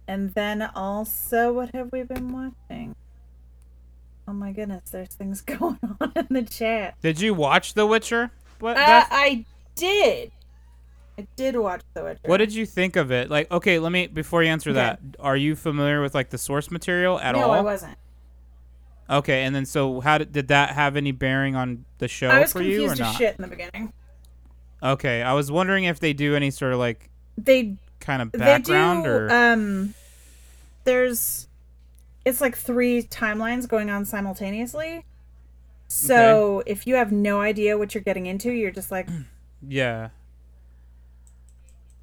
S3: And then also, what have we been watching? Oh my goodness, there's things going on in the chat.
S4: Did you watch The Witcher? What?
S3: Uh,
S4: Beth?
S3: I did. I did watch The Witcher.
S4: what did you think of it? Like, okay, let me before you answer
S3: Okay.
S4: that. Are you familiar with like the source material at
S3: no,
S4: all?
S3: I wasn't.
S4: Okay, and then so how did, did that have any bearing on the show
S3: I was
S4: for you or
S3: confused as
S4: not?
S3: shit in the beginning.
S4: Okay, I was wondering if they do any sort of like
S3: They
S4: kind of
S3: they
S4: background
S3: do.
S4: or
S3: Um, there's, it's like three timelines going on simultaneously. So if you have no idea what you're getting into, you're just like,
S4: yeah.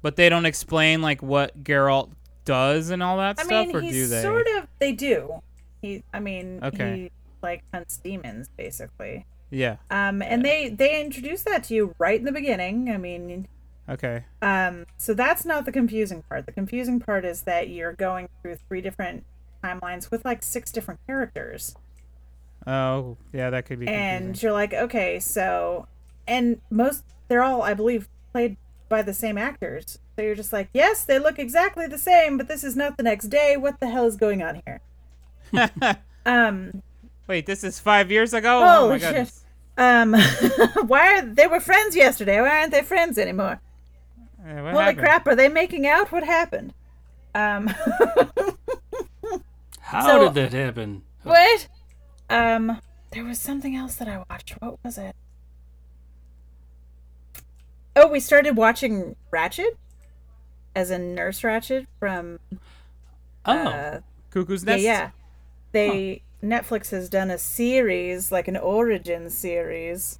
S4: But they don't explain like what Geralt does and all that
S3: I
S4: stuff,
S3: mean,
S4: or do
S3: he's
S4: they?
S3: sort of. They do. He, I mean,
S4: Okay.
S3: he like hunts demons basically.
S4: yeah.
S3: Um, and they they introduce that to you right in the beginning. I mean,
S4: Okay.
S3: Um, so that's not the confusing part. The confusing part is that you're going through three different timelines with like six different characters.
S4: Oh, yeah, that could be.
S3: And
S4: confusing.
S3: you're like, okay, so and most they're all, I believe, played by the same actors. So you're just like, yes, they look exactly the same, but this is not the next day. What the hell is going on here? um
S4: wait, this is five years ago. oh
S3: Holy
S4: my
S3: shit.
S4: goodness.
S3: um why are they were friends yesterday? Why aren't they friends anymore?
S4: Eh, what
S3: Holy
S4: happened?
S3: crap, are they making out? What happened? Um
S2: How
S3: so-
S2: did that happen?
S3: What? Um, there was something else that I watched. What was it? Oh, we started watching Ratchet, as in Nurse Ratchet from
S2: Oh,
S3: uh,
S4: Cuckoo's
S3: yeah,
S4: nest.
S3: yeah. They Netflix has done a series, like an origin series,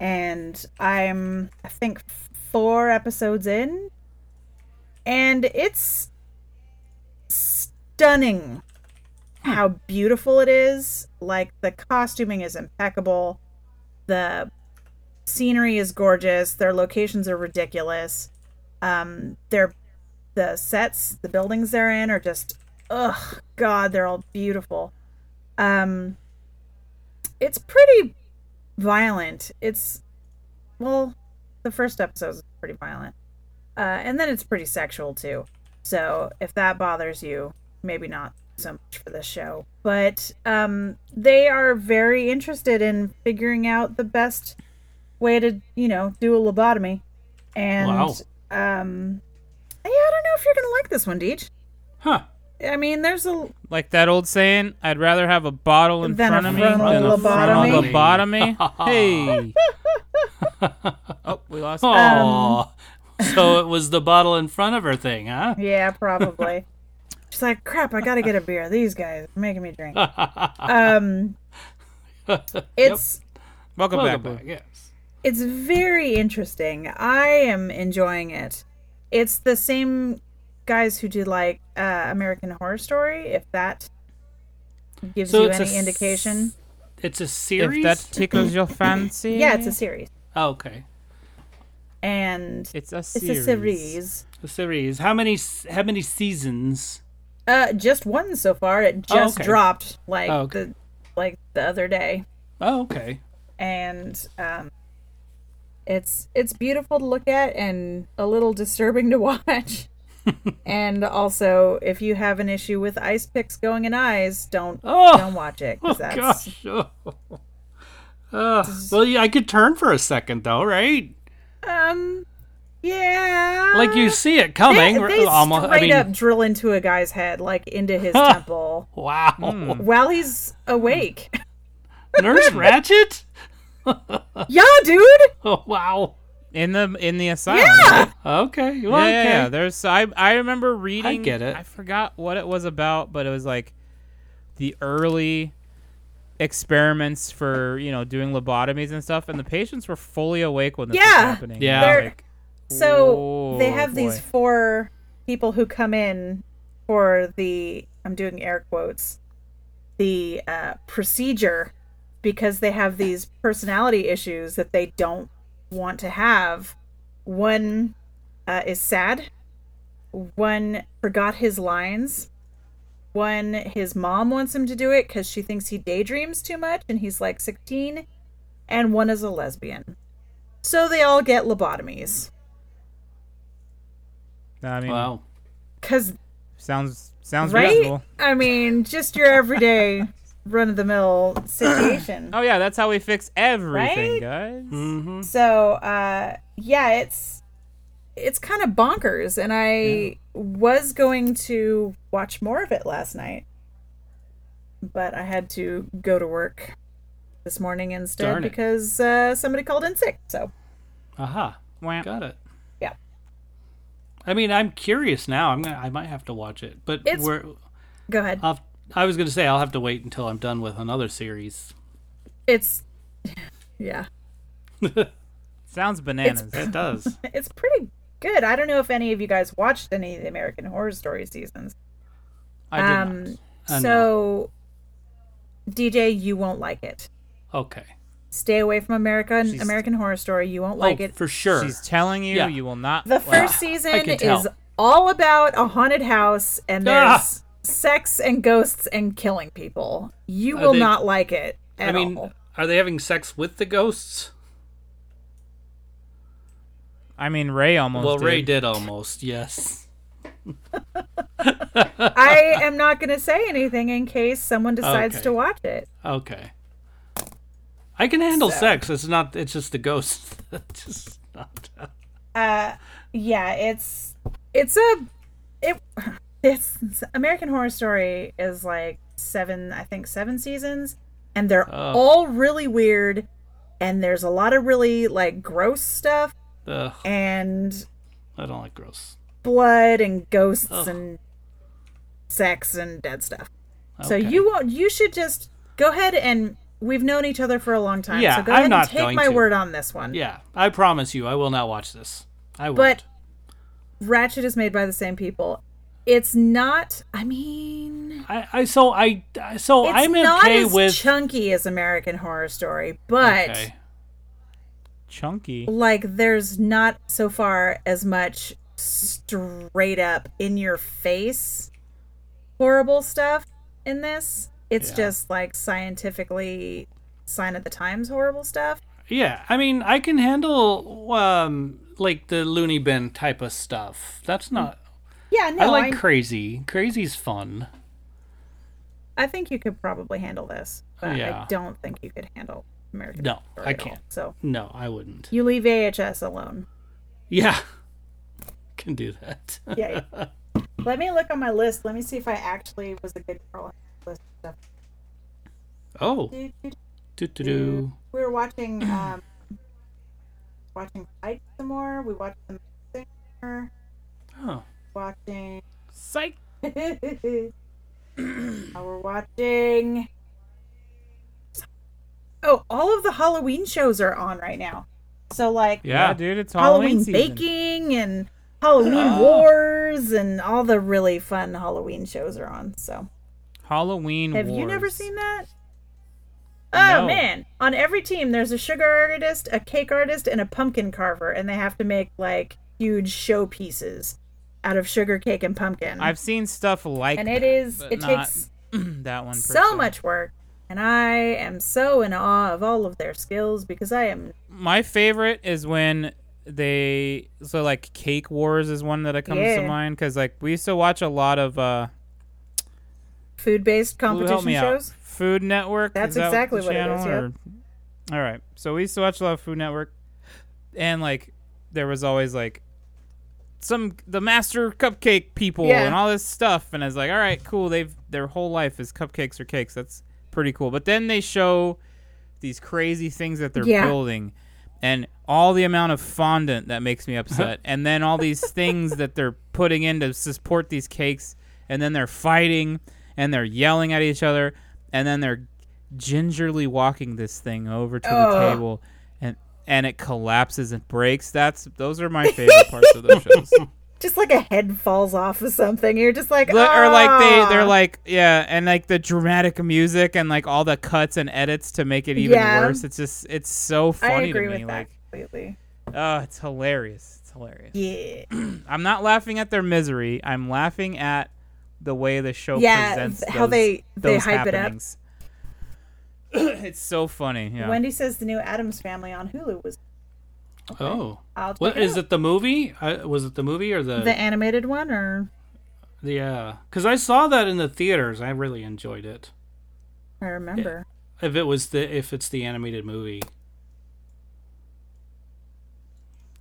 S3: and I'm I think four episodes in, and it's stunning how beautiful it is. Like the costuming is impeccable, the scenery is gorgeous, their locations are ridiculous. Um, their the sets, the buildings they're in are just ugh god they're all beautiful um it's pretty violent it's well the first episode is pretty violent uh and then it's pretty sexual too so if that bothers you maybe not so much for this show but um they are very interested in figuring out the best way to you know do a lobotomy and
S2: Wow.
S3: um yeah i don't know if you're gonna like this one deej
S2: huh?
S3: I mean, there's a
S4: Like that old saying, I'd rather have a bottle in
S3: Than a
S4: front of me
S3: frontal
S4: than a frontal
S2: lobotomy.
S4: lobotomy.
S2: Hmm.
S4: hey. oh, we lost.
S2: Oh, so it was the bottle in front of her thing, huh?
S3: yeah, probably. She's like, crap, I gotta get a beer. These guys are making me drink. Um, it's
S4: Welcome,
S2: Welcome
S4: back.
S2: back, yes.
S3: it's very interesting. I am enjoying it. It's the same guys who do like uh, American Horror Story. If that gives you any
S2: s-
S3: indication,
S2: It's a
S4: If
S2: series.
S4: that tickles your fancy.
S3: yeah, it's a series,
S2: oh, okay,
S3: and
S4: It's a
S3: it's
S4: series.
S3: a series.
S2: a series. How many? s- How many seasons?
S3: Uh, just one so far. It
S2: Oh,
S3: just
S2: okay.
S3: dropped like
S2: Oh, okay.
S3: the like the other day.
S2: Oh, okay.
S3: and um, it's it's beautiful to look at and a little disturbing to watch. and also, if you have an issue with ice picks going in eyes, don't
S2: Oh!
S3: don't watch it. 'cause
S2: Oh
S3: that's,
S2: gosh. Oh. Uh, well, yeah, I could turn for a second though, right?
S3: Um, yeah.
S2: Like you see it
S3: they,
S2: coming. r-
S3: they
S2: almost.
S3: straight
S2: I mean,
S3: up drill into a guy's head, like into his temple,
S2: wow.
S3: while he's awake.
S2: Nurse Ratchet.
S3: yeah, dude.
S2: Oh wow.
S4: in the in the asylum.
S3: Yeah!
S2: Okay. Well,
S4: yeah, yeah,
S2: okay.
S4: yeah. There's I I remember reading.
S2: get it.
S4: I forgot what it was about, but it was like the early experiments for you know doing lobotomies and stuff, and the patients were fully awake when this was
S3: Yeah.
S4: happening.
S2: Yeah.
S4: I'm
S3: They're-
S4: like,
S3: So they
S4: Oh,
S3: have these
S4: boy.
S3: four people who come in for the I'm doing air quotes the uh, procedure because they have these personality issues that they don't want to have. One uh, is sad. One forgot his lines. One his mom wants him to do it because she thinks he daydreams too much and he's like 16. And one is a lesbian. So they all get lobotomies.
S4: I mean,
S2: Wow.
S3: Because,
S4: sounds sounds
S3: right?
S4: reasonable.
S3: I mean, just your everyday run of the mill situation.
S4: Oh yeah, that's how we fix everything,
S3: Right?
S4: guys.
S2: Mm-hmm.
S3: So, uh, yeah, it's it's kind of bonkers, and I was going to watch more of it last night, but I had to go to work this morning instead
S2: Darn it.
S3: because uh, somebody called in sick. So,
S2: Aha.
S4: Wah.
S2: Got it.
S3: Yeah.
S2: I mean, I'm curious now. I'm gonna. I might have to watch it, but
S3: It's-
S2: we're.
S3: go ahead.
S4: Uh.
S2: I'll, I was gonna say I'll have to wait until I'm done with another series.
S3: It's yeah,
S4: Sounds bananas.
S2: It does.
S3: it's pretty good. I don't know if any of you guys watched any of the American Horror Story seasons.
S4: I did not.
S3: um,
S2: I
S3: so DJ, you won't like it.
S2: okay.
S3: Stay away from American
S4: She's-
S3: American Horror Story. You won't like
S2: oh,
S3: it.
S2: for sure.
S4: She's telling you,
S2: Yeah.
S4: you will not.
S3: The
S4: like
S3: first
S2: I
S3: season
S2: can tell.
S3: is all about a haunted house and
S2: Ah!
S3: there's sex and ghosts and killing people. You
S2: Are
S3: will
S2: they-
S3: not like it at
S2: I mean,
S3: all.
S2: are they having sex with the ghosts?
S4: I mean, Ray almost.
S2: well, Ray
S4: did.
S2: did almost. Yes.
S3: I am not going to say anything in case someone decides
S2: Okay.
S3: to watch it.
S2: Okay. I can handle
S3: So-
S2: sex. It's not. It's just the ghosts. That's just not.
S3: Uh, yeah, it's it's a it it's American Horror Story is like seven, I think seven seasons, and they're
S2: Oh.
S3: all really weird, and there's a lot of really like gross stuff
S2: Ugh,
S3: and
S2: I don't like gross.
S3: blood and ghosts
S2: Ugh.
S3: and sex and dead stuff. So
S2: Okay.
S3: you won't. You should just go ahead and we've known each other for a long time.
S2: Yeah,
S3: so go
S2: I'm
S3: ahead and
S2: not
S3: take
S2: going
S3: my
S2: to.
S3: word on this one.
S2: Yeah, I promise you, I will not watch this. I won't.
S3: But- Ratchet is made by the same people. It's not. I mean,
S2: I, I so I I- so
S3: it's
S2: Oh, I'm
S3: not
S2: okay
S3: as
S2: with.
S3: chunky as American Horror Story, but
S2: okay.
S4: chunky.
S3: like there's not so far as much straight up in your face horrible stuff in this it's
S2: Yeah.
S3: just like scientifically sign of the times horrible stuff
S2: Yeah, I mean, I can handle um like the loony bin type of stuff. That's not.
S3: yeah no
S2: I like
S3: I,
S2: crazy. Crazy's fun.
S3: I think you could probably handle this but
S2: Yeah.
S3: i don't think you could handle american
S2: No,
S3: Horror
S2: I
S3: at all.
S2: can't.
S3: so
S2: No, I wouldn't.
S3: you leave ahs alone
S2: Yeah, can do that.
S3: yeah let me look on my list let me see if i actually was a good girl on the list of stuff.
S2: oh,
S3: Do, do,
S2: do do do.
S3: we were watching um watching Psych some more. We watched the Masked singer,
S2: Oh,
S3: watching
S4: Psych.
S3: now we're watching Oh, all of the Halloween shows are on right now. So like
S4: Yeah,
S2: yeah.
S4: dude, it's Halloween,
S3: Halloween,
S4: season.
S3: baking and Halloween wars and all the really fun Halloween shows are on. So
S4: Halloween.
S3: Have you
S4: Wars.
S3: never seen that? Oh
S4: No.
S3: man! On every team, there's a sugar artist, a cake artist, and a pumpkin carver, and they have to make like huge show pieces out of sugar cake and pumpkin.
S4: I've seen stuff like
S3: and it
S4: that,
S3: is
S4: but
S3: it
S4: not
S3: takes
S4: that one. per
S3: so
S4: se.
S3: much work, and I am so in awe of all of their skills because I am
S4: My favorite is when they so like Cake Wars is one that comes to
S3: Yeah.
S4: mind because like we used to watch a lot of uh
S3: food-based
S4: Ooh, help
S3: competition
S4: me
S3: shows.
S4: Out. Food Network.
S3: That's
S4: is that
S3: exactly
S4: the
S3: what it
S4: channel,
S3: is, yep.
S4: or- All right. So we used to watch a lot of Food Network, and like there was always like some the master cupcake people
S3: Yeah.
S4: and all this stuff, and I was like, all right, cool. They've their whole life is cupcakes or cakes. That's pretty cool. But then they show these crazy things that they're
S3: Yeah.
S4: building. and all the amount of fondant that makes me upset, and then all these things that they're putting in to support these cakes, and then they're fighting and they're yelling at each other, and then they're gingerly walking this thing over to the
S3: Ugh.
S4: table, and and it collapses and breaks. That's those are my favorite parts of those shows.
S3: Just like a head falls off of something. You're just like,
S4: Li- or like they they're
S3: "Ah."
S4: like yeah and like the dramatic music and like all the cuts and edits to make it even
S3: Yeah.
S4: worse it's just it's so funny
S3: I agree
S4: to me
S3: with
S4: like
S3: that completely.
S4: oh it's hilarious it's hilarious
S3: Yeah.
S4: i'm not laughing at their misery i'm laughing at the way the show
S3: Yeah,
S4: presents
S3: th- how
S4: those-
S3: they- they
S4: those
S3: hype it up.
S4: happenings. it's so funny yeah
S3: Wendy says the new Adams Family on Hulu was
S2: Oh.
S3: I'll
S2: What
S3: check it
S2: is
S3: out.
S2: it? The movie? I, was it the movie or
S4: Uh,
S2: the
S3: the animated one, or
S2: yeah? Because I saw that in the theaters. I really enjoyed it.
S3: I remember.
S2: If it was the if it's the animated movie,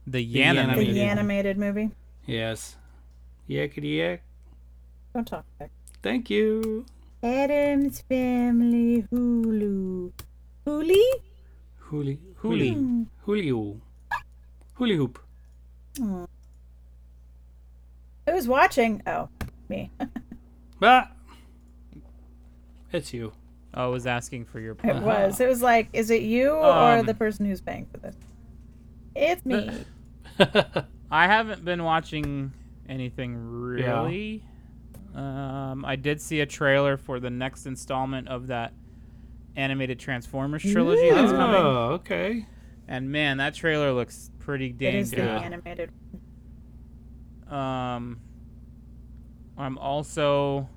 S4: the
S2: Yana
S4: yan
S3: The
S2: Animated one.
S3: animated movie.
S2: yes. Yakety yak.
S3: Don't talk back.
S2: Thank you.
S3: Adams Family Hulu. Huli?
S2: Huli Huli Huli Huli hoop.
S3: Who's watching? Oh, me.
S2: Bah. It's you.
S4: oh i was asking for your
S3: It was. It was like, is it you or
S4: Uh-huh. Um,
S3: the person who's paying for this? It's me.
S4: I haven't been watching anything really. Um, I did see a trailer for the next installment of that animated Transformers trilogy that's coming,
S2: Oh, okay.
S4: and man, that trailer looks pretty
S3: It
S4: dang
S3: is the
S4: good.
S3: animated.
S4: Um, I'm also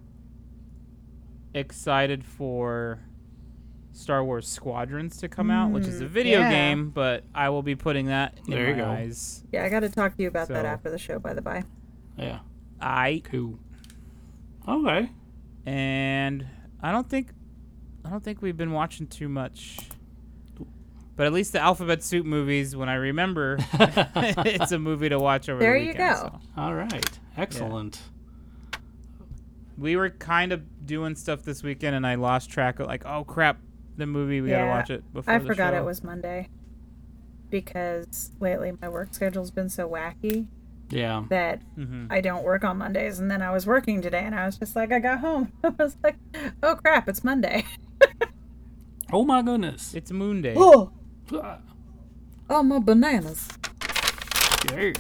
S4: excited for Star Wars Squadrons to come out, which is a video
S3: Mm, yeah.
S4: game, but I will be putting that in
S2: There you
S4: my
S2: go.
S4: eyes.
S3: Yeah, I got to talk to you about that
S4: So-
S3: after the show, by the by.
S2: Yeah.
S4: I
S2: Cool. Okay.
S4: and I don't think I don't think we've been watching too much. But at least the Alphabet Soup movies, when I remember, it's a movie to watch over
S3: There
S4: the
S3: you
S4: weekend.
S3: go.
S4: so.
S2: All right. Excellent.
S4: We were kind of doing stuff this weekend, and I lost track of like, oh crap, the movie we
S3: Yeah,
S4: gotta watch it before.
S3: I
S4: the
S3: forgot
S4: show.
S3: it was Monday because lately my work schedule's been so wacky
S2: Yeah.
S3: that
S2: Mm-hmm.
S3: I don't work on Mondays. And then I was working today and I was just like, I got home. I was like, oh crap, it's Monday.
S2: Oh my goodness.
S4: It's Moon Day.
S3: Oh,
S2: Ah,
S3: oh my bananas.
S2: yeah.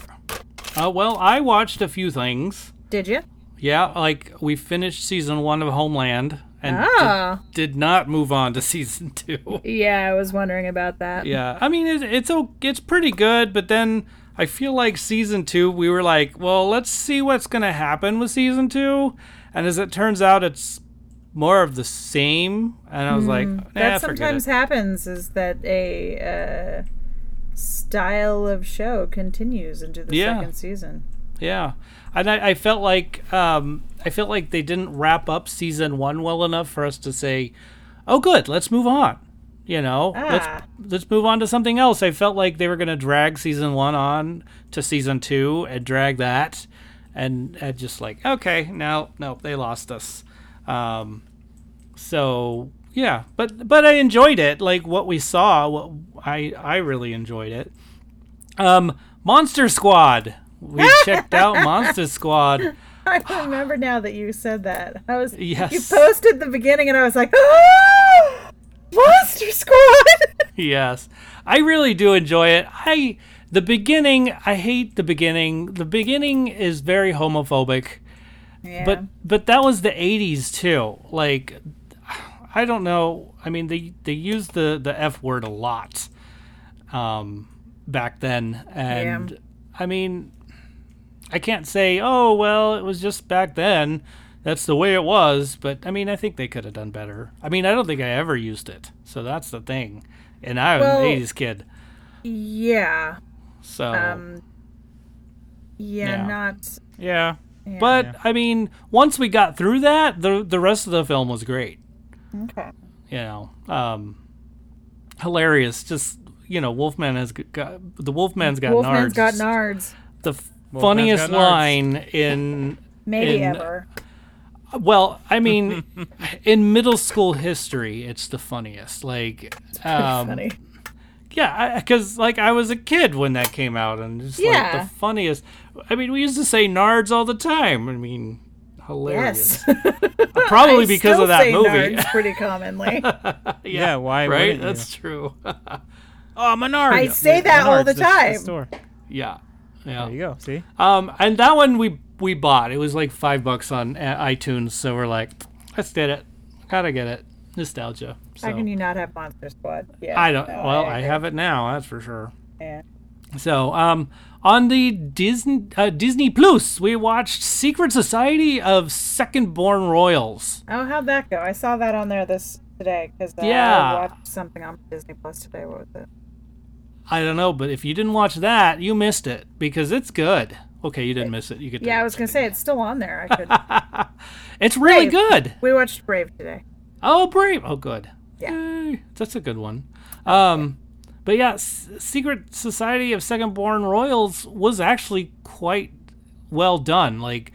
S2: Uh, well, I watched a few things.
S3: Did you?
S2: Yeah, like we finished season one of Homeland and did-
S3: Ah.
S2: did, not move on to season two.
S3: Yeah, I was wondering about that.
S2: Yeah, I mean it, it's o- it's pretty good, but then I feel like season two we were like, well, let's see what's gonna happen with season two, and as it turns out, it's more of the same. And I was like, nah,
S3: Mm. that
S2: forget
S3: sometimes
S2: it.
S3: happens is that a uh, style of show continues into the
S2: Yeah.
S3: second season.
S2: Yeah, and I, I felt like um, I felt like they didn't wrap up season one well enough for us to say, "Oh, good, let's move on." You know,
S3: Ah.
S2: let's let's move on to something else. I felt like they were going to drag season one on to season two and drag that, and, and just like, okay, no, no, they lost us. Um, so yeah, but but I enjoyed it. Like what we saw, what I I really enjoyed it. Um, Monster Squad. We checked out Monster Squad.
S3: I remember now that you said that. I was you
S2: Yes.
S3: posted the beginning and I was like, ah! Monster Squad.
S2: Yes, I really do enjoy it. I the beginning. I hate the beginning. The beginning is very homophobic.
S3: yeah.
S2: but but that was the 80s too like i don't know i mean they they used the the f word a lot um back then and
S3: Yeah.
S2: i mean i can't say oh well it was just back then that's the way it was but i mean i think they could have done better i mean i don't think i ever used it so that's the thing and i was
S3: Well-
S2: an 80s kid
S3: yeah.
S2: so
S3: Um yeah,
S2: Yeah.
S3: not
S4: Yeah.
S3: yeah.
S2: but i mean once we got through that the the rest of the film was great
S3: okay.
S2: you know, um, hilarious. Just you know, Wolfman has g- got the Wolfman's got
S3: Wolfman's
S2: nards.
S3: got nards.
S2: The f- funniest
S4: nards.
S2: line in
S3: Maybe
S2: in-
S3: ever.
S2: well, I mean, in middle school history, it's the funniest. Like, um,
S3: Funny.
S2: Yeah, because like I was a kid when that came out, and just like
S3: Yeah.
S2: the funniest. I mean, we used to say Nards all the time. I mean, hilarious.
S3: Yes.
S2: Probably
S3: I
S2: because
S3: still
S2: of that
S3: say
S2: movie.
S3: nards pretty commonly.
S4: Yeah, why
S2: Right?
S4: wouldn't you?
S2: That's true.
S4: Oh, Menards.
S3: I say that all the time.
S4: Store.
S2: yeah.
S4: There you
S2: Yeah.
S4: go. See,
S2: Um, and that one we we bought. It was like five bucks on uh, iTunes. So we're like, let's get it. Gotta get it. Nostalgia. So
S3: How can you not have Monster Squad? Yeah,
S2: I don't.
S3: no,
S2: well, I
S3: agree.
S2: have it now. That's for sure.
S3: Yeah.
S2: So, um, on the Disney uh, Disney Plus, we watched Secret Society of Second Born Royals.
S3: Oh, how'd that go? I saw that on there this today because uh,
S2: Yeah.
S3: I watched something on Disney Plus today. What was it?
S2: I don't know, but if you didn't watch that, you missed it because it's good. Okay, you didn't miss it. You could.
S3: Yeah, I was gonna say it's still on there. I could.
S2: It's really
S3: Brave.
S2: good.
S3: we watched Brave today.
S2: Oh, brave. Oh, good.
S3: Yeah.
S2: Yay. That's a good one. Um, but yeah, S- Secret Society of Second Born Royals was actually quite well done. Like,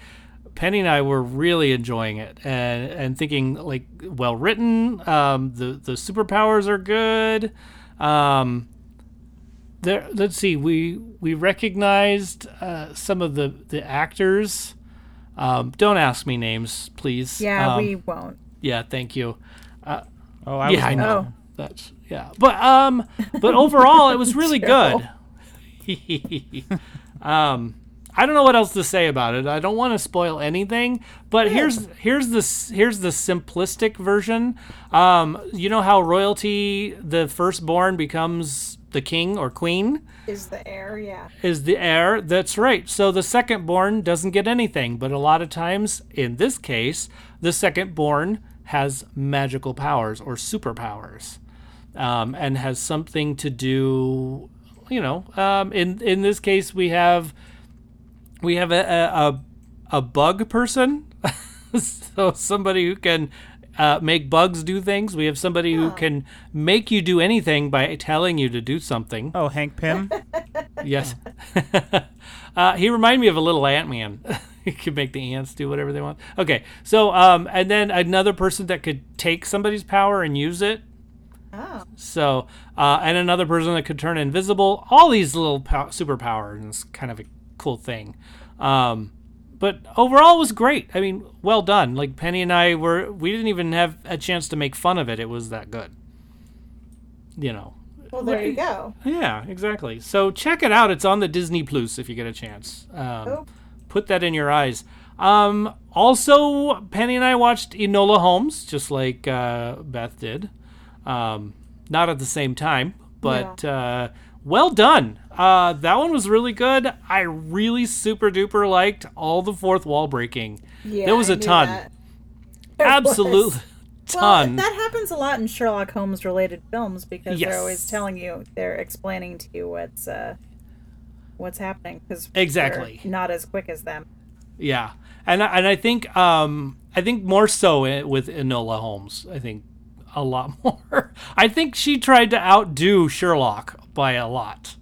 S2: Penny and I were really enjoying it and, and thinking, like, well written. Um, the, the superpowers are good. Um, there, let's see. We we recognized uh, some of the the actors. Um, don't ask me names, please.
S3: Yeah,
S2: Um,
S3: we won't.
S2: yeah, thank you.
S4: oh, I
S2: yeah,
S4: was
S2: I know.
S3: Oh.
S2: That's yeah. But um but overall it was really good. um I don't know what else to say about it. I don't want to spoil anything, but here's here's the s- here's the simplistic version. Um you know how royalty the firstborn becomes the king or queen?
S3: Is the air? Yeah.
S2: is the heir. That's right. So the second born doesn't get anything, but a lot of times, in this case, the second born has magical powers or superpowers, um, and has something to do. You know, um, in in this case, we have we have a a, a, a bug person, so somebody who can. Uh, make bugs do things. We have somebody who can make you do anything by telling you to do something.
S4: Oh, Hank Pym.
S2: Yes. uh, he reminded me of a little Ant Man. he could make the ants do whatever they want. Okay. So, um, and then another person that could take somebody's power and use it.
S3: Oh,
S2: So, uh, and another person that could turn invisible. All these little pow- superpowers. And it's kind of a cool thing. Um, but overall, it was great. I mean, well done. Like Penny and I were, we didn't even have a chance to make fun of it. It was that good. You know,
S3: well, there you go.
S2: yeah, exactly. So check it out. It's on the Disney Plus if you get a chance. Um,
S3: Oh.
S2: Put that in your eyes. Um, also, Penny and I watched Enola Holmes, just like uh, Beth did. Um, not at the same time, but uh, well done. Uh, that one was really good. I really super duper liked all the fourth wall breaking.
S3: Yeah,
S2: there was
S3: I
S2: a
S3: knew
S2: ton.
S3: that.
S2: Absolute
S3: Well,
S2: ton.
S3: that happens a lot in Sherlock Holmes related films because
S2: Yes.
S3: they're always telling you, they're explaining to you what's uh, what's happening because
S2: Exactly.
S3: not as quick as them.
S2: Yeah, and I- and I think um I think more so i- with Enola Holmes. I think a lot more. I think she tried to outdo Sherlock by a lot,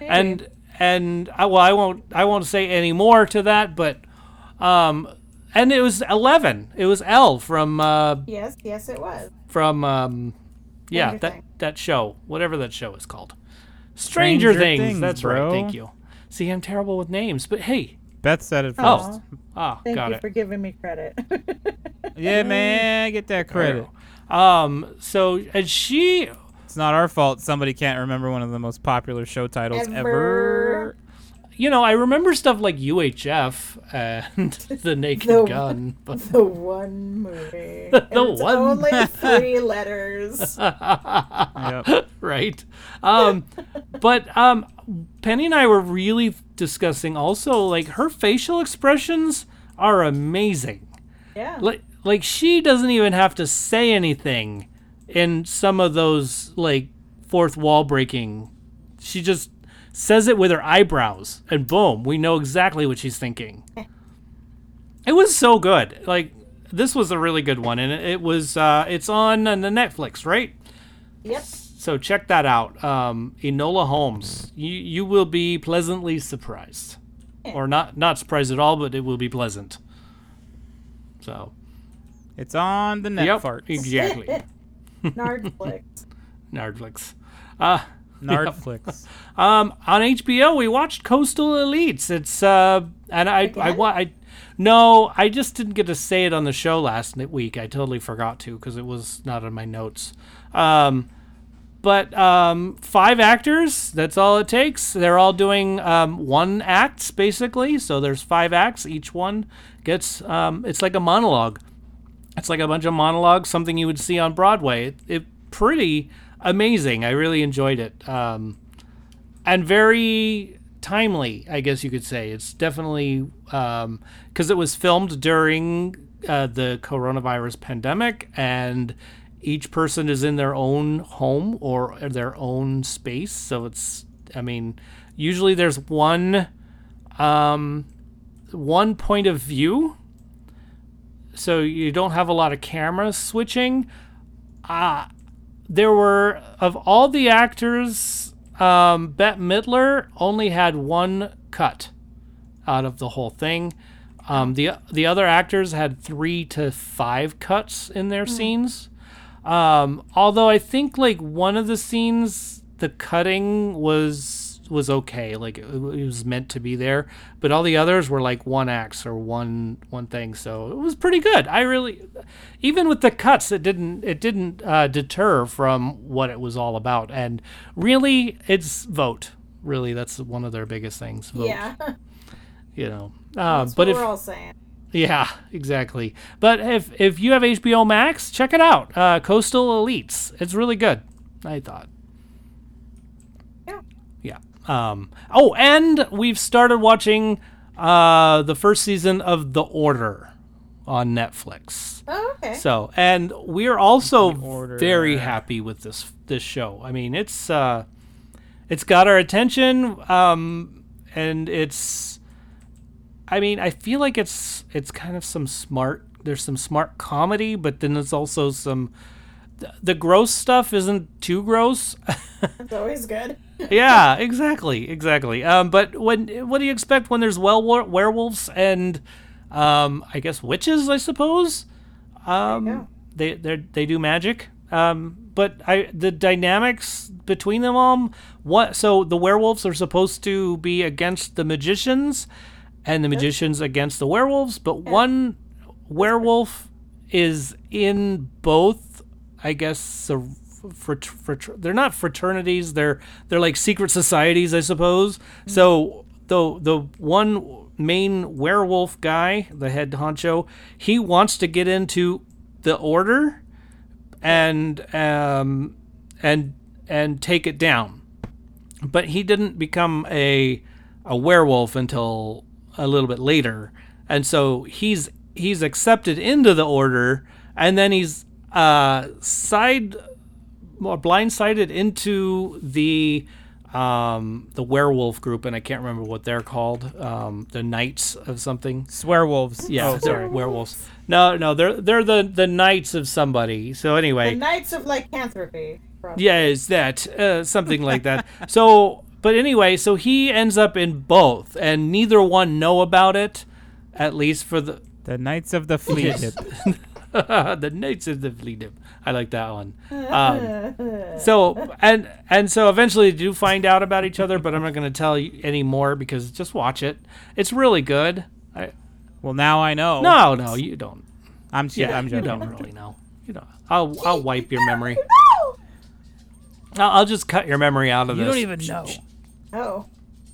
S2: and and I, well I won't I won't say any more to that, but um and it was eleven. It was L from uh
S3: Yes, yes, it was.
S2: from um yeah
S3: Stranger
S2: that
S3: Things.
S2: that show whatever that show is called. Stranger,
S4: Stranger
S2: Things.
S4: Things,
S2: That's right.
S4: bro.
S2: Thank you. See, I'm terrible with names, but hey,
S4: Beth said it
S2: Oh.
S4: first.
S2: ah,
S3: Thank
S2: got
S3: you
S2: it.
S3: for giving me credit.
S4: Yeah, man, get that credit.
S2: Um, so and she,
S4: It's not our fault. Somebody can't remember one of the most popular show titles ever.
S3: Ever.
S2: you know, I remember stuff like UHF and The Naked
S3: The-
S2: Gun, but
S3: the one movie. the it's
S2: one-
S3: Only three letters.
S4: Yep.
S2: right? Um, but um, Penny and I were really discussing also like her facial expressions are amazing.
S3: Yeah.
S2: Like, like she doesn't even have to say anything in some of those like fourth wall breaking. She just says it with her eyebrows, and boom, we know exactly what she's thinking. it was so good. Like this was a really good one, and it, it was. Uh, it's on uh, the Netflix, right?
S3: Yep.
S2: So check that out. Um, Enola Holmes. You you will be pleasantly surprised, or not not surprised at all, but it will be pleasant. So
S4: It's on the net
S2: yep,
S4: farts.
S2: exactly.
S3: Nardflix.
S2: Nardflix. Uh,
S4: Nardflix.
S2: Um, on HBO, we watched Coastal Elites. It's uh, and I, I, wa- I, no, I just didn't get to say it on the show last ni- week. I totally forgot to because it was not on my notes. Um, but um, five actors. That's all it takes. They're all doing um, one acts basically. So there's five acts. Each one gets um, it's like a monologue. It's like a bunch of monologues, something you would see on Broadway. It, it pretty amazing. I really enjoyed it. Um, and very timely, I guess you could say. It's definitely because it was filmed during uh, the coronavirus pandemic, and each person is in their own home or their own space. So it's, I mean, usually there's one, um, one point of view. So you don't have a lot of camera switching. there were of all the actors, um, Bette Midler only had one cut out of the whole thing. Um, the the other actors had three to five cuts in their scenes. Um, although I think like one of the scenes, the cutting was was okay, like it, w- it was meant to be there. But all the others were like one acts or one one thing, so it was pretty good. I really, even with the cuts, it didn't it didn't uh, deter from what it was all about. And really, it's vote. Really, that's one of their biggest things. Vote,
S3: Yeah, that's
S2: you know. Uh,
S3: what
S2: but if
S3: we're all saying.
S2: yeah, exactly. But if if you have HBO Max, check it out. Uh, Coastal Elites. It's really good. I thought.
S3: Yeah.
S2: Yeah. Um. Oh, and we've started watching uh the first season of The Order on Netflix.
S3: Oh, okay.
S2: So, and we're also
S4: Order.
S2: very happy with this this show. I mean, it's uh, it's got our attention, um, and it's. I mean, I feel like it's it's kind of some smart. There's some smart comedy, but then there's also some. The, the gross stuff isn't too gross.
S3: That's always good.
S2: yeah, exactly, exactly. Um, but when what do you expect when there's well werewolves and, um, I guess witches, I suppose. Um,
S3: go.
S2: they they they do magic. Um, but I the dynamics between them all. What so the werewolves are supposed to be against the magicians, and the magicians against the werewolves. But one werewolf is in both. I guess the fr- fr- fr- they're not fraternities. They're they're like secret societies, I suppose. So the the one main werewolf guy, the head honcho, he wants to get into the order and um, and and take it down. But he didn't become a a werewolf until a little bit later, and so he's he's accepted into the order, and then he's uh, side more blindsided into the um, the werewolf group, and I can't remember what they're called, um, the knights of something.
S4: Swearwolves.
S2: Yeah,
S4: Oh,
S2: sorry, werewolves. No, no, they're they're the the knights of somebody. So anyway,
S3: The Knights of Lycanthropy. Probably.
S2: yeah, it's that uh, something like that. So, but anyway, so he ends up in both, and neither one know about it, at least for the
S4: the Knights of the Fleet.
S2: the Knights of the Fleet. I like that one. Um, so and and so eventually they do find out about each other, but I'm not going to tell you any more because just watch it. It's really good. I,
S4: Well, now I know.
S2: no, no, you don't.
S4: I'm sh-
S2: Yeah,
S4: I'm
S2: you
S4: joking.
S2: don't really know. You don't. I'll I'll wipe your memory. I'll, I'll just cut your memory out of this.
S4: know.
S3: Oh,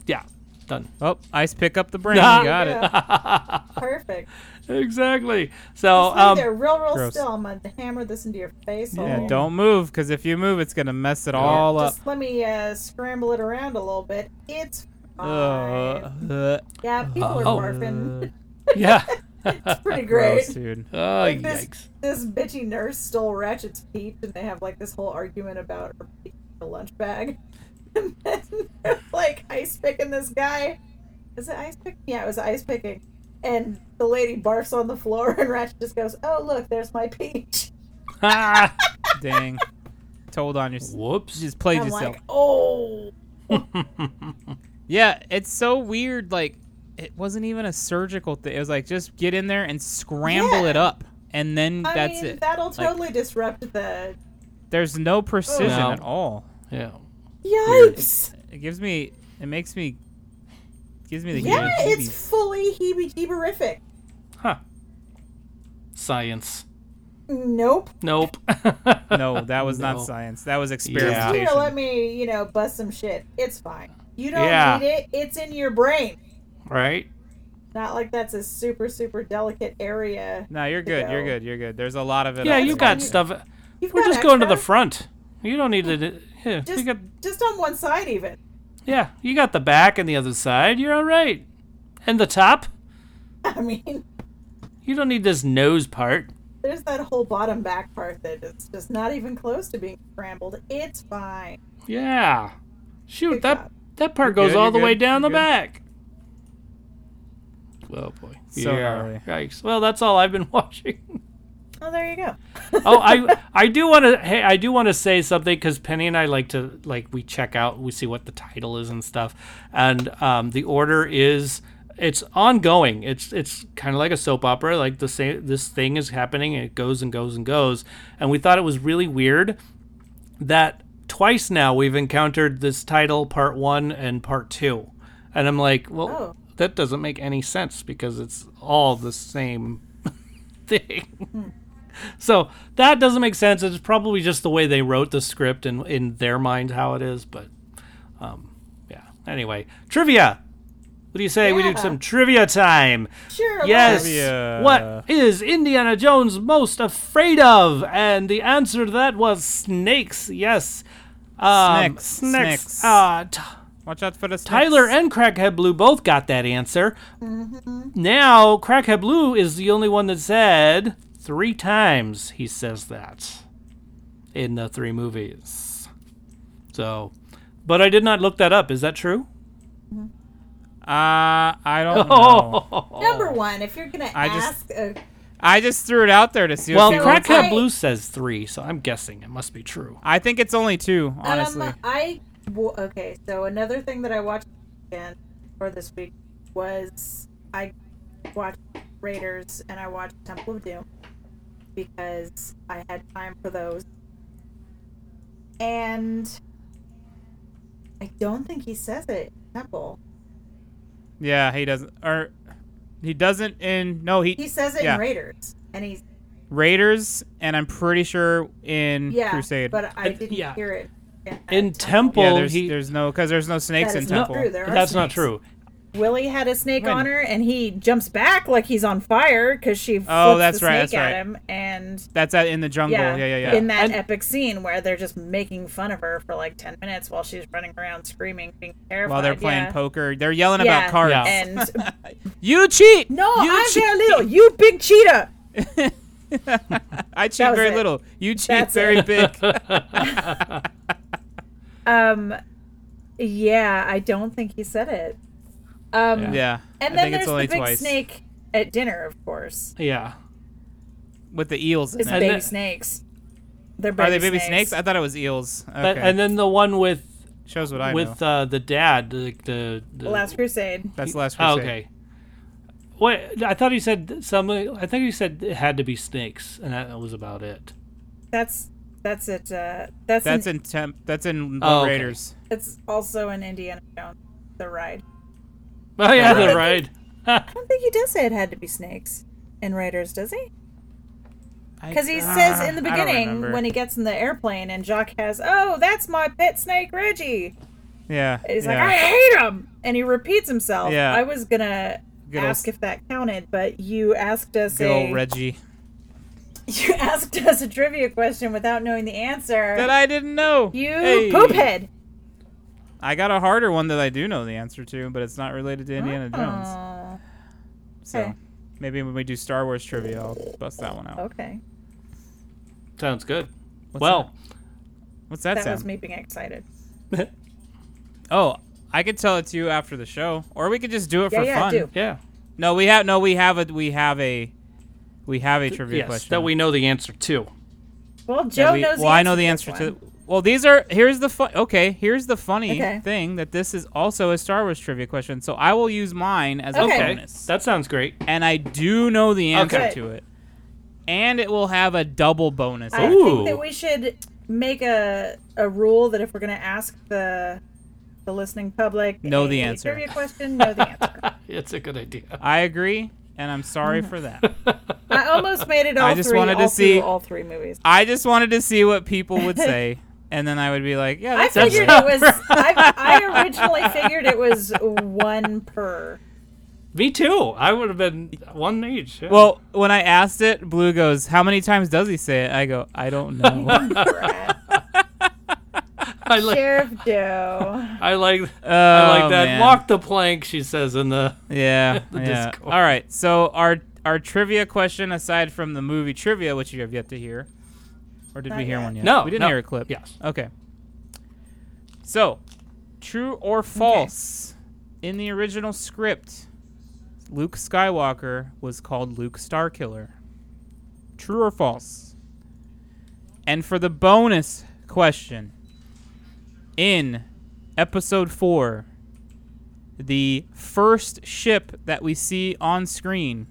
S2: Yeah, done.
S4: Oh, ice pick up the brain. You
S2: Ah.
S4: got it.
S3: yeah. perfect.
S2: Exactly. So,
S3: Um,
S2: um,
S3: there, real, real
S4: Oh, gross.
S3: still. I'm gonna hammer this into your face. hole.
S4: Yeah, don't move, because if you move, it's gonna mess it
S3: Yeah,
S4: all up.
S3: Just let me uh, scramble it around a little bit. It's fine.
S4: Ugh, ugh,
S3: yeah, people
S2: oh.
S3: are barfing.
S2: yeah.
S3: It's pretty
S4: gross,
S3: great.
S4: dude.
S2: Oh,
S3: Like this-
S2: yikes.
S3: This bitchy nurse stole Ratchet's peach, and they have like this whole argument about her peach in a lunch bag. and then they're, like ice picking this guy. Is it ice picking? Yeah, it was ice picking. And the lady barfs on the floor, and Ratchet just goes, "Oh look, there's my peach."
S2: Ah,
S4: Dang. Told on yourself.
S2: whoops.
S4: Just played
S3: I'm
S4: yourself.
S3: like, "Oh,
S4: Yeah, it's so weird. Like, it wasn't even a surgical thing. It was like just get in there and scramble
S3: Yeah.
S4: it up, and then
S3: I
S4: that's
S3: mean,
S4: it.
S3: that'll
S4: Like-
S3: totally disrupt the
S4: There's no precision
S2: No.
S4: at all.
S2: Yeah.
S3: Yikes!
S4: It gives me. It makes me. Gives me the.
S3: Yeah,
S4: heebie-jeebies.
S3: it's fully heebie-jeeberific.
S2: Huh. Science.
S3: Nope.
S2: Nope.
S4: No, that was
S2: No.
S4: not science. That was
S3: Just
S4: experimentation.
S3: here, let me, you know, bust some shit. It's fine. You don't
S2: Yeah.
S3: need it. It's in your brain.
S2: Right?
S3: Not like that's a super, super delicate area.
S4: No, you're good. You're good. You're good. There's a lot of it.
S2: Yeah,
S4: out
S2: you
S4: there.
S2: got stuff.
S3: You've
S2: We're
S3: got
S2: just going to the
S3: extra,
S2: front. You don't need to. Yeah, you
S3: Just,
S2: got,
S3: just on one side, even.
S2: yeah, you got the back and the other side. You're all right. And the top.
S3: I mean,
S2: You don't need this nose part.
S3: there's that whole bottom back part that is just not even close to being scrambled. It's fine.
S2: Yeah. Shoot,
S3: Good
S2: that
S3: job.
S2: that part
S4: You're
S2: goes
S4: good,
S2: all
S4: you're
S2: the way
S4: good,
S2: down the
S4: you're good.
S2: back. Oh boy.
S4: So gnarly.
S2: Yikes. Well, that's all I've been watching.
S3: Oh, there you go.
S2: oh, I I do want to hey, I do want to say something cuz Penny and I like to like we check out, we see what the title is and stuff. And um the order is it's ongoing. It's it's kind of like a soap opera. Like the same this thing is happening and it goes and goes and goes. And we thought it was really weird that twice now we've encountered this title part one and part two and i'm like
S3: Oh.
S2: well that doesn't make any sense because it's all the same thing so that doesn't make sense it's probably just the way they wrote the script and in their mind how it is but um, yeah anyway trivia what do you say we do
S3: Yeah.
S2: some trivia time
S3: Sure.
S2: Yes.
S3: let's-
S4: Trivia.
S2: What is Indiana Jones most afraid of? And the answer to that was snakes. Yes. Um,
S4: Snakes,
S2: snakes.
S4: snakes.
S2: Uh, t-
S4: Watch out for the snakes.
S2: Tyler and Crackhead Blue both got that answer.
S3: Mm-hmm.
S2: Now, Crackhead Blue is the only one that said three times he says that in the three movies. So, but I did not look that up. Is that true?
S4: Uh, I don't
S2: Oh.
S4: know.
S3: Number one, if you're gonna
S4: Oh. I
S3: ask, uh, um,
S4: just-
S3: a,
S4: I just threw it out there to see.
S2: Well,
S4: if
S3: So
S4: you-
S3: crack-
S2: Crackhead
S3: I-
S2: Blue says three, so I'm guessing it must be true.
S4: I think it's only two, honestly.
S3: um, I w- okay. So another thing that I watched again for this week was I watched Raiders and I watched Temple of Doom because I had time for those, and I don't think he says it. in Temple.
S4: yeah, he doesn't. Or he doesn't in no he,
S3: He says it
S4: Yeah.
S3: in Raiders, and he's
S4: Raiders, and I'm pretty sure in
S3: yeah.
S4: Crusade.
S3: but uh, I
S2: It-
S3: didn't
S2: yeah.
S3: hear it.
S2: In Temple,
S3: Temple.
S4: yeah, there's
S2: he,
S4: there's no because there's no snakes
S3: That
S4: in
S3: is not
S4: Temple.
S3: true. There are
S2: that's not
S3: snakes.
S2: true.
S3: Willie had a snake
S4: When?
S3: on her, and he jumps back like he's on fire because she flips
S4: Oh, that's
S3: the
S4: right,
S3: snake
S4: that's
S3: at
S4: right.
S3: him, and
S4: That's at, in the jungle.
S3: yeah,
S4: Yeah, yeah, yeah.
S3: in that
S2: And-
S3: epic scene where they're just making fun of her for like ten minutes while she's running around screaming, being terrified.
S4: While they're playing
S3: yeah.
S4: poker, they're yelling
S3: Yeah,
S4: about cards.
S2: Yeah.
S3: and
S4: You cheat.
S3: no,
S4: you
S3: I'm
S4: cheat.
S3: very little. You big cheetah.
S4: I cheat
S3: That was
S4: very
S3: it.
S4: little. You cheat
S3: That's
S4: very
S3: it.
S4: big.
S3: Um, yeah, I don't think he said it. Um,
S4: yeah.
S3: and then
S4: I think
S3: there's
S4: it's
S3: the
S4: only
S3: big
S4: twice
S3: snake at dinner, of course.
S2: Yeah.
S4: with the eels. In
S3: It's
S4: it.
S2: And
S3: baby
S2: the-
S3: snakes. They're baby
S4: Are they baby snakes? I thought it was eels. Okay.
S2: But- and then the one with
S4: shows what I know.
S2: with uh, the dad, the the, the
S3: Last Crusade.
S4: That's the last.
S2: Oh,
S4: Crusade.
S2: okay. What I thought he said something. I think he said it had to be snakes, and that was about it.
S3: That's that's it. Uh, that's
S4: That's
S3: that's
S4: in temp. That's in
S2: Oh, okay.
S4: Raiders.
S3: it's also in Indiana Jones, the ride.
S2: Oh yeah, the
S4: Alright.
S2: ride.
S3: I don't think he does say it had to be snakes in Raiders, does he? Because he
S4: I-
S3: says in the
S4: Ah, I don't
S3: beginning
S4: remember.
S3: when he gets in the airplane and Jock has, oh, that's my pet snake Reggie.
S4: Yeah.
S3: He's
S4: yeah.
S3: like, I hate him, and he repeats himself.
S4: Yeah.
S3: I was gonna
S4: Good old-
S3: ask if that counted, but you asked us
S4: Good
S3: a
S4: old Reggie.
S3: you asked us a trivia question without knowing the answer.
S4: That I didn't know.
S3: you
S4: Hey.
S3: poophead.
S4: I got a harder one that I do know the answer to, but it's not related to Indiana Jones.
S3: Aw,
S4: So
S3: Oh, okay.
S4: maybe when we do Star Wars trivia, I'll bust that one out.
S3: okay,
S2: Sounds good.
S4: What's
S2: well,
S4: that? what's that,
S3: that
S4: sound?
S3: was me being excited.
S4: Oh, I could tell it to you after the show, or we could just do it
S3: Yeah,
S4: for
S3: yeah,
S4: fun.
S3: do.
S2: yeah.
S4: No, we have no. We have a. We have a. We have a trivia
S2: Yes,
S4: question
S2: that we know the answer to.
S3: Well,
S4: that
S3: Joe
S4: we-
S3: knows.
S4: Well, I know the answer
S3: this
S4: to.
S3: one.
S4: Well, these are. Here's the fun. Okay, here's the funny
S3: Okay.
S4: thing that this is also a Star Wars trivia question. So I will use mine as
S3: Okay.
S4: a
S2: Okay,
S4: bonus,
S2: that sounds great.
S4: and I do know the answer
S2: Okay.
S4: to it, and it will have a double bonus.
S3: I
S2: Ooh.
S3: think that we should make a a rule that if we're going to ask the the listening public
S4: Know
S3: a
S4: the answer.
S3: trivia question, know the answer.
S2: it's a good idea.
S4: I agree, and I'm sorry for that.
S3: I almost made it all
S4: I just
S3: three,
S4: wanted to
S3: all
S4: see-
S3: through all three movies.
S4: I just wanted to see what people would say, and then I would be like, yeah,
S3: I
S4: that's
S3: figured
S4: right.
S3: it was. I, I originally figured it was one per.
S2: Me too. I would have been one each. yeah.
S4: Well, when I asked it, Blue goes, "How many times does he say it?" I go, "I don't know."
S3: Brat.
S2: I like
S3: Sheriff Joe.
S2: I like I
S4: Oh,
S2: like that.
S4: man.
S2: Walk the plank, she says in the
S4: Yeah.
S2: The
S4: yeah.
S2: Discord.
S4: All right. So our our trivia question, aside from the movie trivia, which you have yet to hear, or did
S3: Not
S4: we hear
S3: yet.
S4: one yet?
S2: No,
S4: we didn't
S2: no.
S4: hear a clip.
S2: Yes.
S4: Okay. So, true or false? In the original script, Luke Skywalker was called Luke Starkiller. True or false? And for the bonus question, in episode 4, the first ship that we see on screen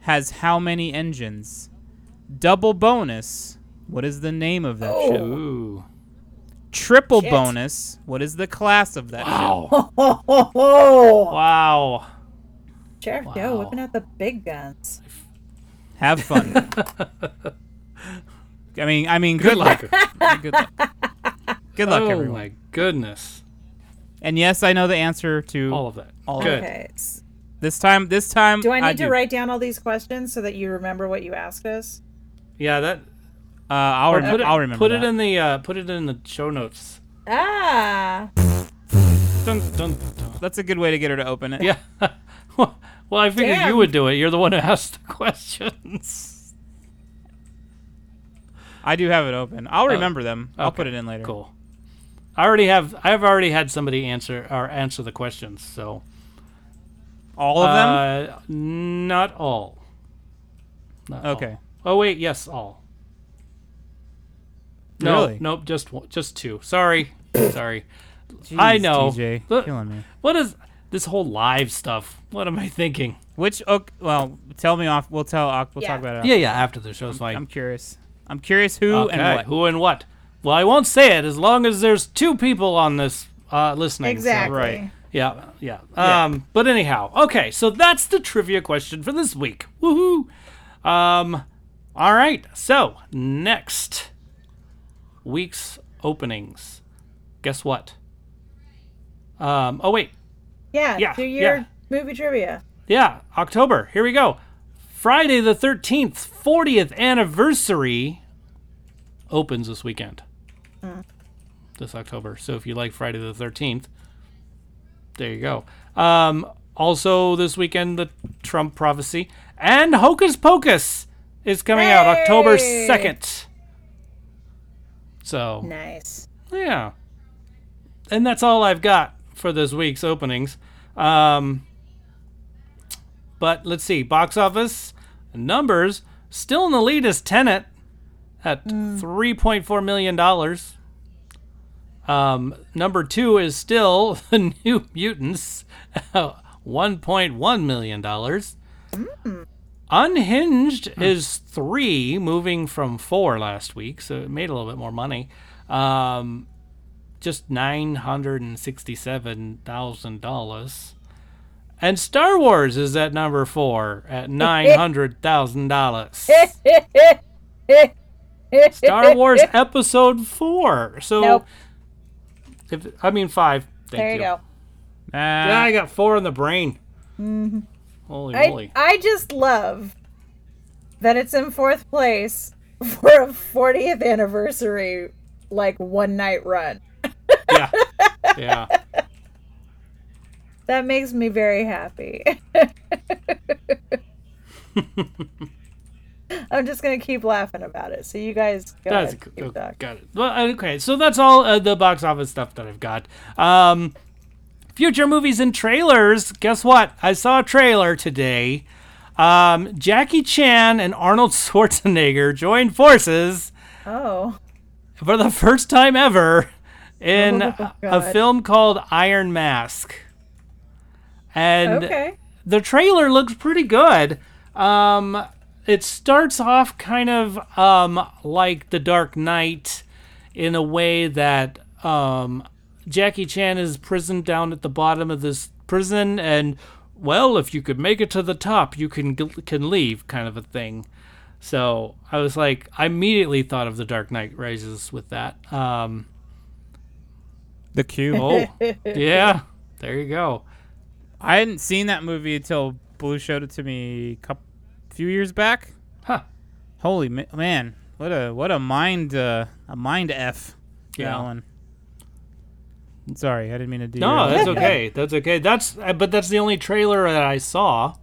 S4: has how many engines? Double bonus. What is the name of that
S2: Oh,
S4: ship?
S2: Ooh.
S4: Triple
S3: Shit.
S4: bonus. What is the class of that ship?
S2: Wow.
S3: Oh, oh, oh.
S2: wow.
S3: Sheriff Joe
S2: Wow.
S3: whipping out the big guns.
S4: Have fun. I mean, I mean, good, luck. good luck. Good luck,
S2: oh
S4: everyone.
S2: my goodness.
S4: And yes, I know the answer to
S2: All of that.
S4: All of
S2: Good.
S3: Okay. s-
S4: this time. This time,
S3: Do I need to write down all these questions so that you remember what you asked us?
S2: Yeah, that
S4: Uh, I'll, rem-
S2: put it,
S4: I'll remember.
S2: put
S4: that.
S2: it in the uh, put it in the show notes.
S3: Ah.
S2: Dun, dun, dun.
S4: That's a good way to get her to open it.
S2: Yeah. well, I figured
S3: Damn.
S2: you would do it. You're the one who asked the questions.
S4: I do have it open. I'll remember them. I'll
S2: Oh. okay,
S4: put it in later.
S2: Cool. I already have I've already had somebody answer or answer the questions, so
S4: All of them.
S2: Uh, not all. Not all.
S4: Okay.
S2: Oh wait, yes, all. No,
S4: Really?
S2: nope, just one, just two. Sorry, sorry. I
S4: Jeez,
S2: know.
S4: TJ,
S2: Look-
S4: killing me.
S2: What is this whole live stuff? What am I thinking?
S4: Which? Okay, well, tell me off. We'll tell. We'll
S3: Yeah.
S4: talk about it. off.
S2: Yeah, yeah. After the show's fine.
S4: I'm curious. I'm curious who
S2: okay.
S4: and what.
S2: Who and what? Well, I won't say it as long as there's two people on this uh, listening. so-
S3: Exactly.
S4: right.
S2: Yeah, yeah. Um, but anyhow, okay. So that's the trivia question for this week. Woohoo! Um, all right. So next week's openings. Guess what? Um, oh wait,
S3: Yeah.
S2: Yeah,
S3: Do your
S2: yeah.
S3: movie trivia.
S2: yeah, October. Here we go. Friday the thirteenth, fortieth anniversary opens this weekend. This October. So if you like Friday the thirteenth, there you go. Um, also this weekend, the Trump prophecy and Hocus Pocus is coming out October
S3: Hey!
S2: second. So
S3: Nice.
S2: yeah. And that's all I've got for this week's openings. Um, but let's see. Box office numbers still in the lead is Tenet at $3.4 million. Um, number two is still The New Mutants, $1.1 million. Unhinged is three, moving from four last week, so it made a little bit more money. Um, just nine hundred and sixty-seven thousand dollars. And Star Wars is at number four at nine hundred thousand dollars. Star Wars Episode Four. So,
S3: Nope.
S2: if, I mean five. Thank
S3: There you go.
S2: Yeah,
S4: Uh,
S2: I got four in the brain. Mm-hmm. Holy moly!
S3: I, I just love that it's in fourth place for a 40th anniversary, like one night run.
S2: yeah, yeah.
S3: That makes me very happy. I'm just gonna keep laughing about it. So you guys go
S2: That's
S3: ahead,
S2: good.
S3: keep
S2: Okay,
S3: talking.
S2: got it. Well, okay, so that's all uh, the box office stuff that I've got. Um, future movies and trailers. Guess what? I saw a trailer today. Um, Jackie Chan and Arnold Schwarzenegger joined forces
S3: Oh,
S2: for the first time ever in
S3: Oh,
S2: a
S3: God.
S2: film called Iron Mask. And
S3: okay.
S2: the trailer looks pretty good. Um, it starts off kind of um, like The Dark Knight, in a way that um, Jackie Chan is prisoned down at the bottom of this prison, and well, if you could make it to the top, you can can leave, kind of a thing. So I was like, I immediately thought of The Dark Knight Rises with that. Um,
S4: The Cube.
S2: oh, yeah, there you go.
S4: I hadn't seen that movie until Blue showed it to me a couple, few years back.
S2: Huh.
S4: Holy ma- man, what a what a mind uh, a mind f.
S2: Yeah.
S4: that one. Sorry, I didn't mean to do.
S2: No,
S4: that.
S2: that's okay. That's okay. That's uh, but that's the only trailer that I saw.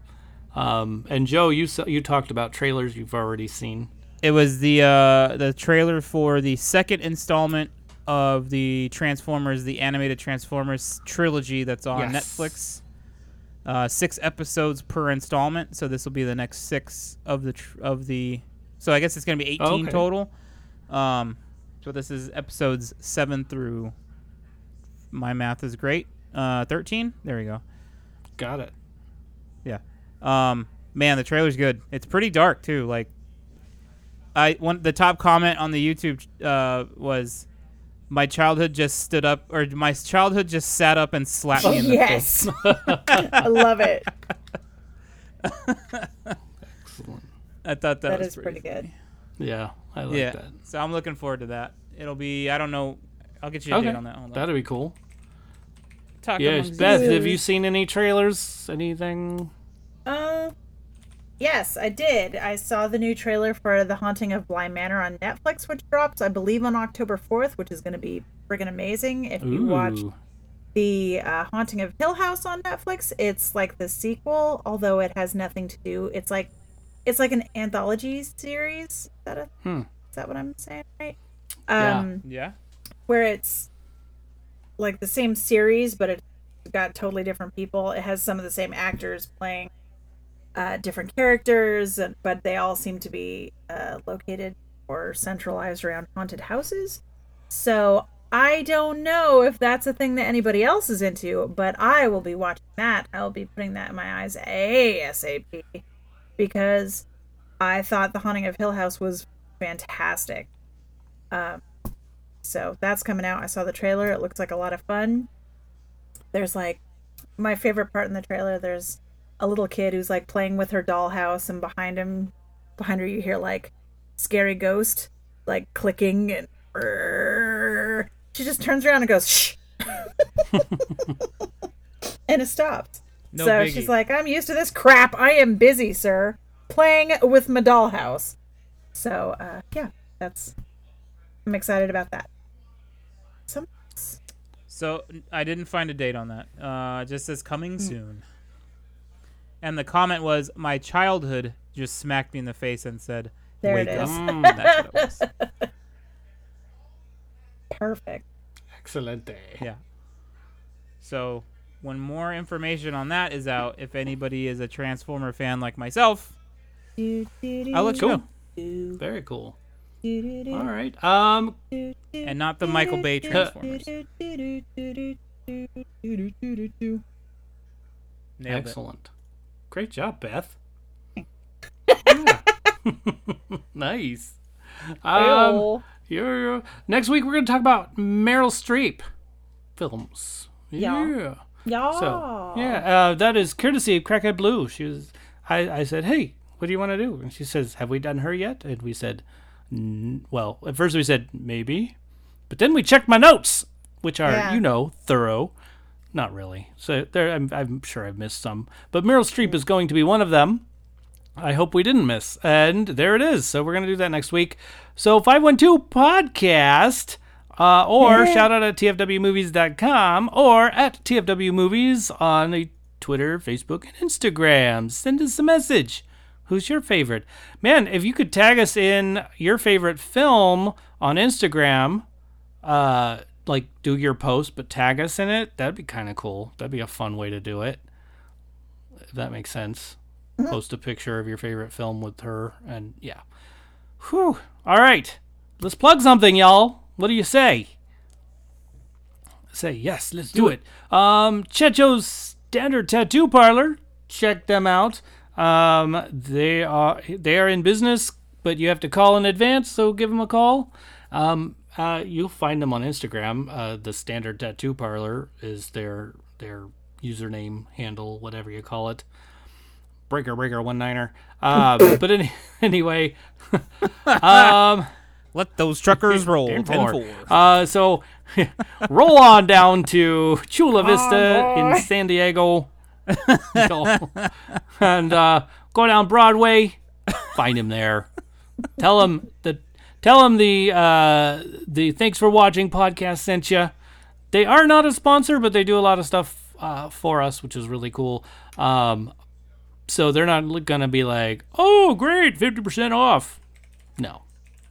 S2: Um, and Joe, you s- you talked about trailers you've already seen.
S4: It was the uh, the trailer for the second installment of the Transformers, the animated Transformers trilogy that's on
S2: Yes.
S4: Netflix. Uh, six episodes per installment, so this will be the next six of the tr- of the. So I guess it's gonna be eighteen
S2: Okay.
S4: total. Um, so this is episodes seven through. My math is great. Uh, thirteen. There we go.
S2: Got it.
S4: Yeah. Um, man, the trailer's good. It's pretty dark too. Like, I one the top comment on the YouTube uh, was, "My childhood just stood up, or my childhood just sat up and slapped
S3: Oh,
S4: me in the face."
S3: yes. I love it.
S4: I thought that,
S3: That
S4: was
S3: is pretty good.
S2: Yeah, I like
S4: funny. Yeah.
S2: that.
S4: So I'm looking forward to that. It'll be. I don't know. I'll get you a
S2: Okay,
S4: date on that. Hold on.
S2: that'd be cool.
S4: Talk
S2: Yes,
S4: amongst
S2: Beth,
S4: yourselves.
S2: have you seen any trailers? Anything?
S3: Uh, yes, I did. I saw the new trailer for The Haunting of Bly Manor on Netflix, which drops, I believe, on October 4th, which is going to be friggin' amazing. If you watched
S2: Ooh.
S3: the uh, Haunting of Hill House on Netflix, it's like the sequel, although it has nothing to do. It's like it's like an anthology series. Is that a,
S2: Hmm.
S3: is that what I'm saying? Right?
S2: Yeah.
S3: Um,
S4: Yeah.
S3: where it's like the same series, but it's got totally different people. It has some of the same actors playing uh, different characters, and- but they all seem to be uh, located or centralized around haunted houses. So I don't know if that's a thing that anybody else is into, but I will be watching that. I'll be putting that in my eyes ASAP because I thought The Haunting of Hill House was fantastic. Um, so that's coming out. I saw the trailer. It looks like a lot of fun. There's like my favorite part in the trailer. There's a little kid who's like playing with her dollhouse, and behind him, behind her, you hear like scary ghost like clicking and "Brrr." she just turns around and goes shh, and it stops.
S4: No
S3: so
S4: biggie.
S3: she's like, "I'm used to this crap. I am busy, sir, playing with my dollhouse." So uh, yeah, that's I'm excited about that. Some
S4: So n- I didn't find a date on that. Uh, it just says
S3: Hmm.
S4: coming soon. And the comment was, "My childhood just smacked me in the face and said,
S3: There it
S4: wake up."
S3: is.
S2: Mm,
S4: That's what it was.
S3: perfect.
S2: Excelente.
S4: Yeah. So when more information on that is out, if anybody is a Transformer fan like myself,
S3: Do, do, do,
S4: I'll let you
S2: Cool.
S4: know.
S3: do,
S2: Very cool.
S3: do, do, do,
S2: All right. Um,
S3: do, do,
S4: And not the Michael Bay
S3: do,
S4: Transformers.
S3: do, do, do, do, do, do, do, do, do, do, do.
S4: Nailed it.
S2: excellent. Great job, Beth. Yeah. nice. Um,
S3: Ew.
S2: Yeah, yeah. Next week we're going to talk about Meryl Streep films.
S3: Yeah. Oh.
S2: Yeah.
S3: Y'all.
S2: So yeah, uh, that is courtesy of Crackhead Blue. She was. I, I said, hey, what do you want to do? And she says, have we done her yet? And we said, N- well, at first we said maybe, but then we checked my notes, which are
S3: Yeah.
S2: you know thorough. Not really. So there, I'm, I'm sure I've missed some, but Meryl Streep
S3: Mm.
S2: is going to be one of them. I hope we didn't miss. And there it is. So we're going to do that next week. So 512 podcast uh, or shout out at tfwmovies.com or at tfwmovies on Twitter, Facebook, and Instagram. Send us a message. Who's your favorite? Man, if you could tag us in your favorite film on Instagram, uh, like do your post but tag us in it, that'd be kind of cool. That'd be a fun way to do it. If that makes sense post a picture of your favorite film with her and yeah whew all right let's plug something y'all what do you say say yes let's do, it. um checho's standard tattoo parlor check them out um they are they are in business but you have to call in advance so give them a call um uh, you'll find them on Instagram. Uh, the Standard Tattoo Parlor is their their username handle, whatever you call it. Breaker breaker one niner. Uh, but any, anyway, um,
S4: Let those truckers roll. 10
S2: four.
S4: four.
S2: Uh, so roll on down to Chula Vista in San Diego, So, and uh, go down Broadway. Find him there. Tell him the tell him the uh, the thanks for watching podcast sent you. They are not a sponsor, but they do a lot of stuff uh, for us, which is really cool. Um, so they're not gonna be like, oh, great, fifty percent off. No,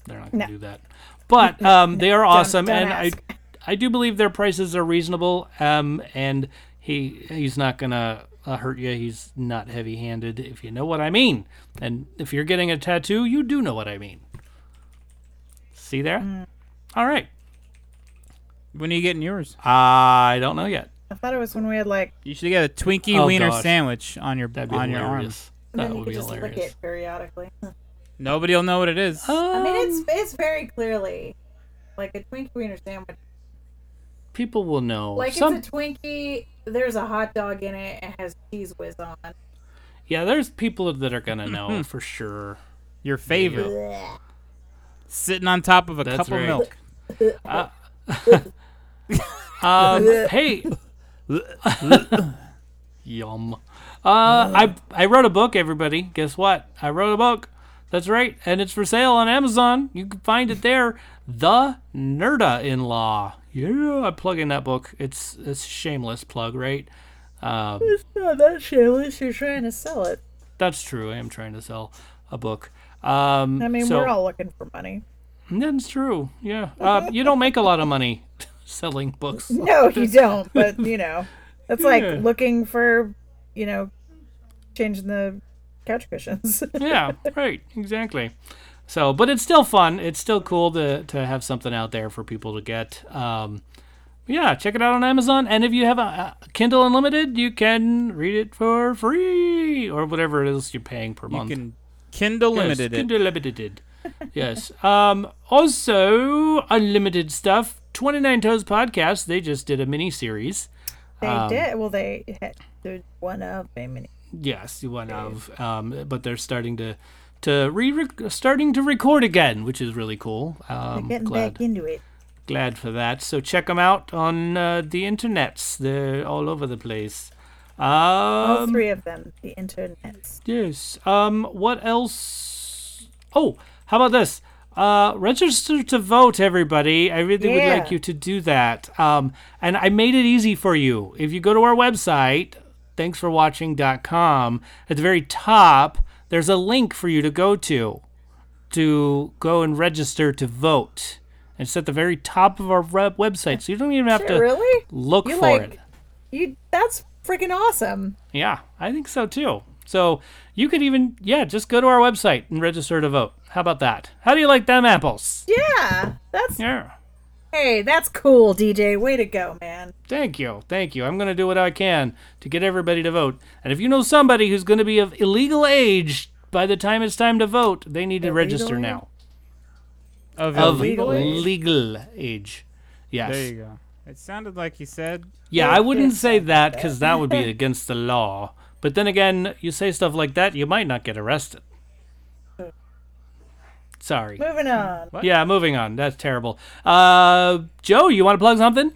S2: they're not gonna
S3: No.
S2: do that. But um, they are awesome,
S3: don't
S2: and
S3: ask.
S2: I I do believe their prices are reasonable. Um, and he he's not gonna uh, hurt you. He's not heavy handed, if you know what I mean. And if you're getting a tattoo, you do know what I mean. See there?
S3: Mm.
S2: All right.
S4: When are you getting yours?
S2: I don't know yet.
S3: I thought it was when we had like
S4: You should get a Twinkie
S2: Oh,
S4: wiener
S2: gosh.
S4: sandwich on your
S2: That'd be
S4: on your arm.
S2: hilarious.
S3: then
S2: That
S3: you
S2: would
S3: could
S2: be
S3: just
S2: hilarious.
S3: lick it periodically.
S4: Nobody'll know what it is.
S3: I mean,
S2: Um,
S3: it's it's very clearly like a Twinkie wiener sandwich.
S2: people will know.
S3: Like
S2: Some,
S3: it's a Twinkie. There's a hot dog in it. It has cheese whiz on.
S2: yeah, there's people that are gonna know for sure.
S4: your favorite.
S3: Blech.
S4: Sitting on top of a
S2: That's
S4: cup
S2: right.
S4: of milk.
S2: Um, hey, yum. Uh, I I wrote a book. Everybody, guess what? I wrote a book. That's right, and it's for sale on Amazon. You can find it there. The Nerda in Law. Yeah, I plug in that book. It's it's a shameless plug, right? Um,
S3: Oh, that shit. Unless you're trying to sell it.
S2: that's true. I am trying to sell a book. Um,
S3: I mean,
S2: so-
S3: we're all looking for money.
S2: That's true. Yeah. Uh, you don't make a lot of money selling books.
S3: No, you don't. But you know, that's like
S2: Yeah.
S3: looking for, you know, changing the couch cushions.
S2: yeah, right, exactly. So, but it's still fun. It's still cool to to have something out there for people to get. Um, yeah, check it out on Amazon. And if you have a, a Kindle Unlimited, you can read it for free or whatever it is you're paying per
S4: You
S2: month.
S4: can Kindle
S2: Yes,
S4: limited it.
S2: Kindle limited. yes. Um, also, unlimited stuff. Twenty Nine Toes podcast. They just did a mini series.
S3: they
S4: Um,
S3: did. Well, they had they're one of a many.
S2: Yes, one of. Um, but they're starting to to re starting to record again, which is really cool. Um,
S3: Getting
S2: glad
S3: back into it.
S2: glad for that. So check them out on uh, the internets. They're all over the place.
S3: All
S2: Um,
S3: three of them. The internets.
S2: yes. Um, what else? Oh, how about this? Uh, register to vote, everybody. I really would like
S3: Yeah.
S2: you to do that. Um, and I made it easy for you. If you go to our website, thanksforwatching.com, at the very top, there's a link for you to go to to go and register to vote. It's at the very top of our web- website, so you don't even have to
S3: really?
S2: look
S3: You
S2: for
S3: like-
S2: it.
S3: You. That's freaking awesome.
S2: Yeah, I think so too. So you could even, yeah, just go to our website and register to vote. How about that? How do you like them apples?
S3: Yeah. That's
S2: Yeah.
S3: hey. That's cool, DJ. Way to go, man.
S2: Thank you. Thank you. I'm going to do what I can to get everybody to vote. And if you know somebody who's going to be of illegal age by the time it's time to vote, they need to register
S3: age?
S2: now.
S4: Of
S2: Of
S4: illegal age?
S2: legal age. Yes.
S4: There you go. It sounded like you said
S2: Yeah, I wouldn't say that because that would be against the law. But then again, you say stuff like that, you might not get arrested. Sorry.
S3: Moving
S4: Mm.
S3: on.
S2: Yeah, moving on. That's terrible. Uh, Joe, you want to plug something?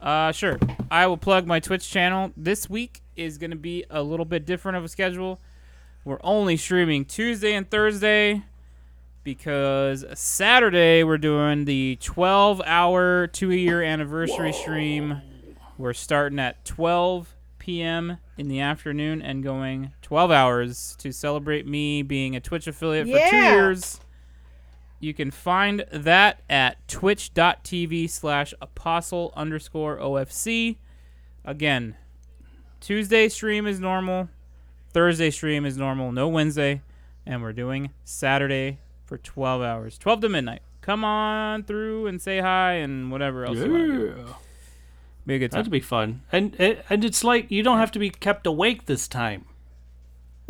S4: Uh, sure. I will plug my Twitch channel. This week is going to be a little bit different of a schedule. We're only streaming Tuesday and Thursday because Saturday we're doing the 12 hour two year anniversary stream. We're starting at 12 p.m. in the afternoon and going 12 hours to celebrate me being a Twitch affiliate for two
S3: Yeah.
S4: years. You can find that at twitch.tv slash apostle underscore OFC. Again, Tuesday stream is normal, Thursday stream is normal, no Wednesday, and we're doing Saturday for 12 hours, 12 to midnight. Come on through and say hi and whatever else you want to do. Be a good time.
S2: That'd be fun. And and it's like you don't have to be kept awake this time.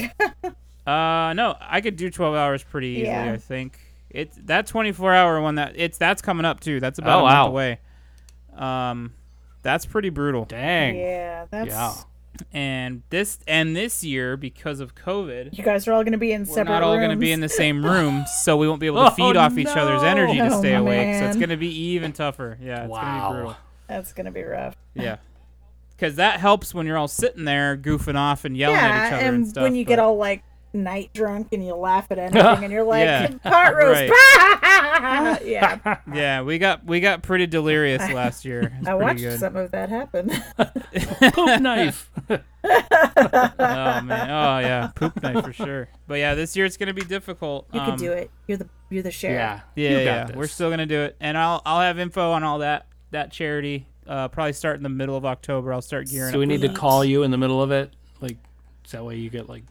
S4: Uh, no, I could do 12 hours pretty easily,
S3: Yeah.
S4: I think. It's that 24 hour one that it's that's coming up too. That's about
S2: Oh,
S4: a month
S2: wow.
S4: away. Um, that's pretty brutal.
S2: Dang.
S3: Yeah, that's.
S2: Yeah.
S4: And this and this year because of COVID,
S3: You guys are all going to be in
S4: we're
S3: separate
S4: not all going to be in
S3: rooms.
S4: the same room, so we won't be able to
S2: Oh,
S4: feed off each other's
S2: no.
S4: energy to
S3: Oh,
S4: stay awake. So it's
S3: man.
S4: going to be even tougher. Yeah, it's going to be brutal.
S2: Wow.
S3: That's going to be rough.
S4: Yeah. Because that helps when you're all sitting there goofing off and yelling at each
S3: yeah,
S4: other
S3: and
S4: and, stuff.
S3: when you get
S4: but-
S3: all like night drunk and you laugh at anything and you're like,
S4: Yeah.
S3: pot roast. yeah,
S4: yeah, we got we got pretty delirious last year. It's
S3: I
S4: pretty
S3: watched
S4: good.
S3: some of that happen.
S2: Poop knife.
S4: Oh man, oh yeah, poop night for sure. But yeah, this year it's gonna be difficult.
S3: you can do it. You're the you're the sheriff.
S2: Yeah.
S4: Um, Yeah,
S2: You got
S4: yeah,
S2: this.
S4: we're still gonna do it, and I'll I'll have info on all that that charity. Uh, probably start in the middle of October. I'll start gearing.
S2: So we
S4: up.
S2: need to call you in the middle of it, like, so that way you get like.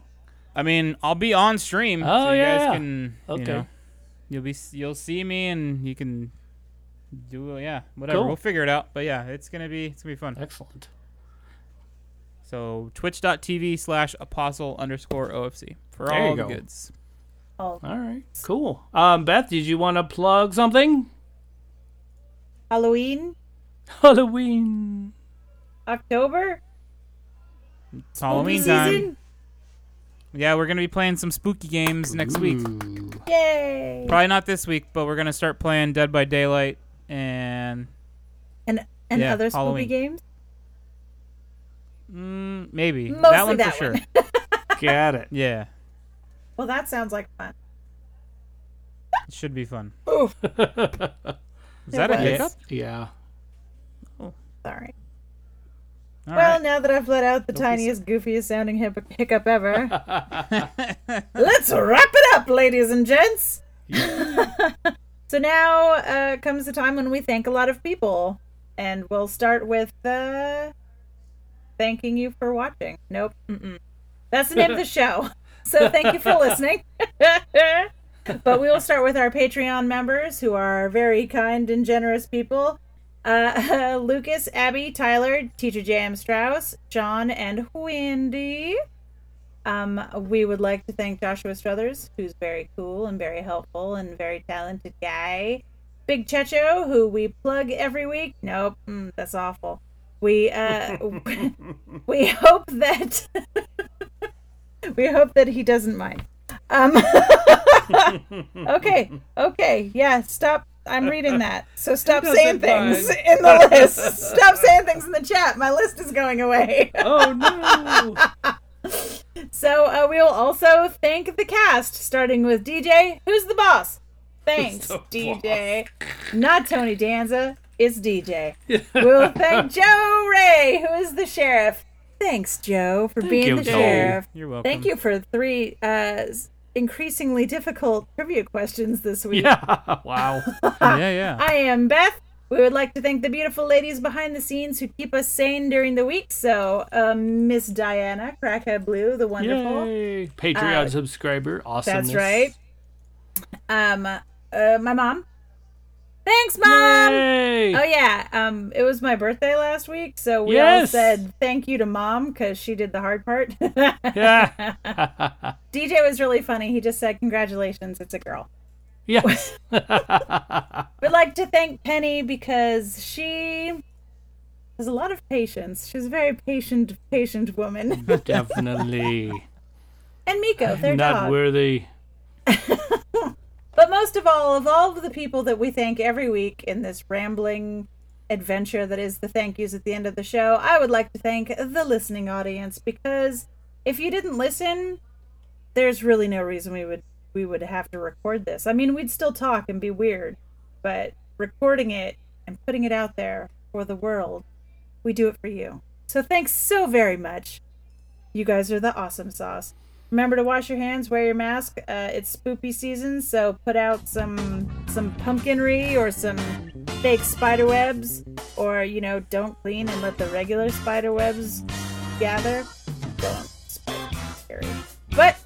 S4: I mean, I'll be on stream.
S2: Oh,
S4: so you
S2: yeah,
S4: guys
S2: yeah.
S4: can.
S2: Okay.
S4: You know, you'll be you'll see me, and you can do uh, yeah whatever.
S2: Cool.
S4: We'll figure it out. But yeah, it's gonna be it's gonna be fun.
S2: Excellent.
S4: So twitch.tv slash apostle underscore ofc for
S2: There you
S4: all the
S2: go.
S4: goods.
S3: Oh,
S2: All right. Cool. Um, Beth, did you want to plug something?
S3: Halloween,
S2: Halloween.
S3: October,
S4: It's Halloween time.
S3: season.
S4: Yeah, we're gonna be playing some spooky games next week.
S3: Yay!
S4: Probably not this week, but we're gonna start playing Dead by Daylight and
S3: And and
S4: Yeah,
S3: other spooky
S4: Halloween.
S3: games.
S4: mm, maybe
S3: Mostly
S4: that one
S3: that
S4: for
S3: one.
S4: sure.
S2: Got it.
S4: yeah,
S3: Well, that sounds like fun.
S4: it should be fun.
S3: Oof.
S4: Is that a
S3: was.
S4: hiccup?
S2: Yeah.
S3: Sorry.
S4: All
S3: well,
S4: right.
S3: now that I've let out the tiniest, goofiest sounding hip- hiccup ever, let's wrap it up, ladies and gents. so now uh, comes the time when we thank a lot of people, and we'll start with uh, thanking you for watching. Nope, mm-mm. that's the name of the show. So thank you for listening. but we will start with our Patreon members, who are very kind and generous people. Uh, Lucas, Abby, Tyler, Teacher Jam Strauss, John, and Wendy. Um, we would like to thank Joshua Struthers, who's very cool and very helpful and very talented guy. Big Checho, who we plug every week. Nope, mm, that's awful. We uh, we hope that we hope that he doesn't mind. Um, okay, okay, yeah. Stop. I'm reading that, so stop saying things
S2: mind.
S3: in the list. Stop saying things in the chat. My list is going away.
S2: Oh no.
S3: So uh, we will also thank the cast, starting with DJ, who's the boss. Thanks,
S2: the
S3: DJ. Not Tony Danza, it's DJ. we'll thank Joe Ray, who is the sheriff. Thanks, Joe, for being
S2: you,
S3: the
S2: Joe.
S3: sheriff.
S4: You're welcome.
S3: Thank you for three uh, s- increasingly difficult trivia questions this week.
S2: Yeah. Wow.
S4: yeah, yeah.
S3: I am Beth. We would like to thank the beautiful ladies behind the scenes who keep us sane during the week. So, um, Miss Diana, Crackhead Blue, the wonderful.
S2: Yay. Patreon
S3: Uh,
S2: subscriber. Awesome.
S3: That's right. Um, uh, my mom. Thanks, mom.
S2: Yay.
S3: Oh yeah. Um, it was my birthday last week, so we all
S2: Yes.
S3: said thank you to mom because she did the hard part.
S2: yeah.
S3: DJ was really funny. He just said congratulations, it's a girl.
S2: Yes.
S3: We'd like to thank Penny because she has a lot of patience. She's a very patient, patient woman.
S2: Definitely.
S3: and Miko, their
S2: Not
S3: dog.
S2: worthy.
S3: But most of all, of all of the people that we thank every week in this rambling adventure that is the thank yous at the end of the show, I would like to thank the listening audience because if you didn't listen, there's really no reason we would we would have to record this. I mean, we'd still talk and be weird, but recording it and putting it out there for the world, we do it for you. So thanks so very much. You guys are the awesome sauce. Remember to wash your hands, wear your mask. Uh, it's spoopy season, so put out some some pumpkinry or some fake spider webs, or you know, don't clean and let the regular spider webs gather. Don't spider scary. But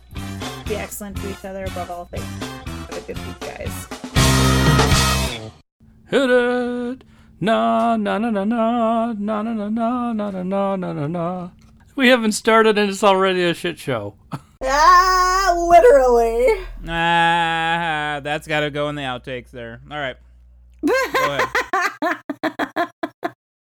S3: be excellent to each other above all things. Have a good week, guys.
S2: Hit it. Na na na na na na na na na na na na na na na. We haven't started and it's already a shit show.
S3: Ah, literally.
S4: Ah, that's got to go in the outtakes there. All right. Go ahead.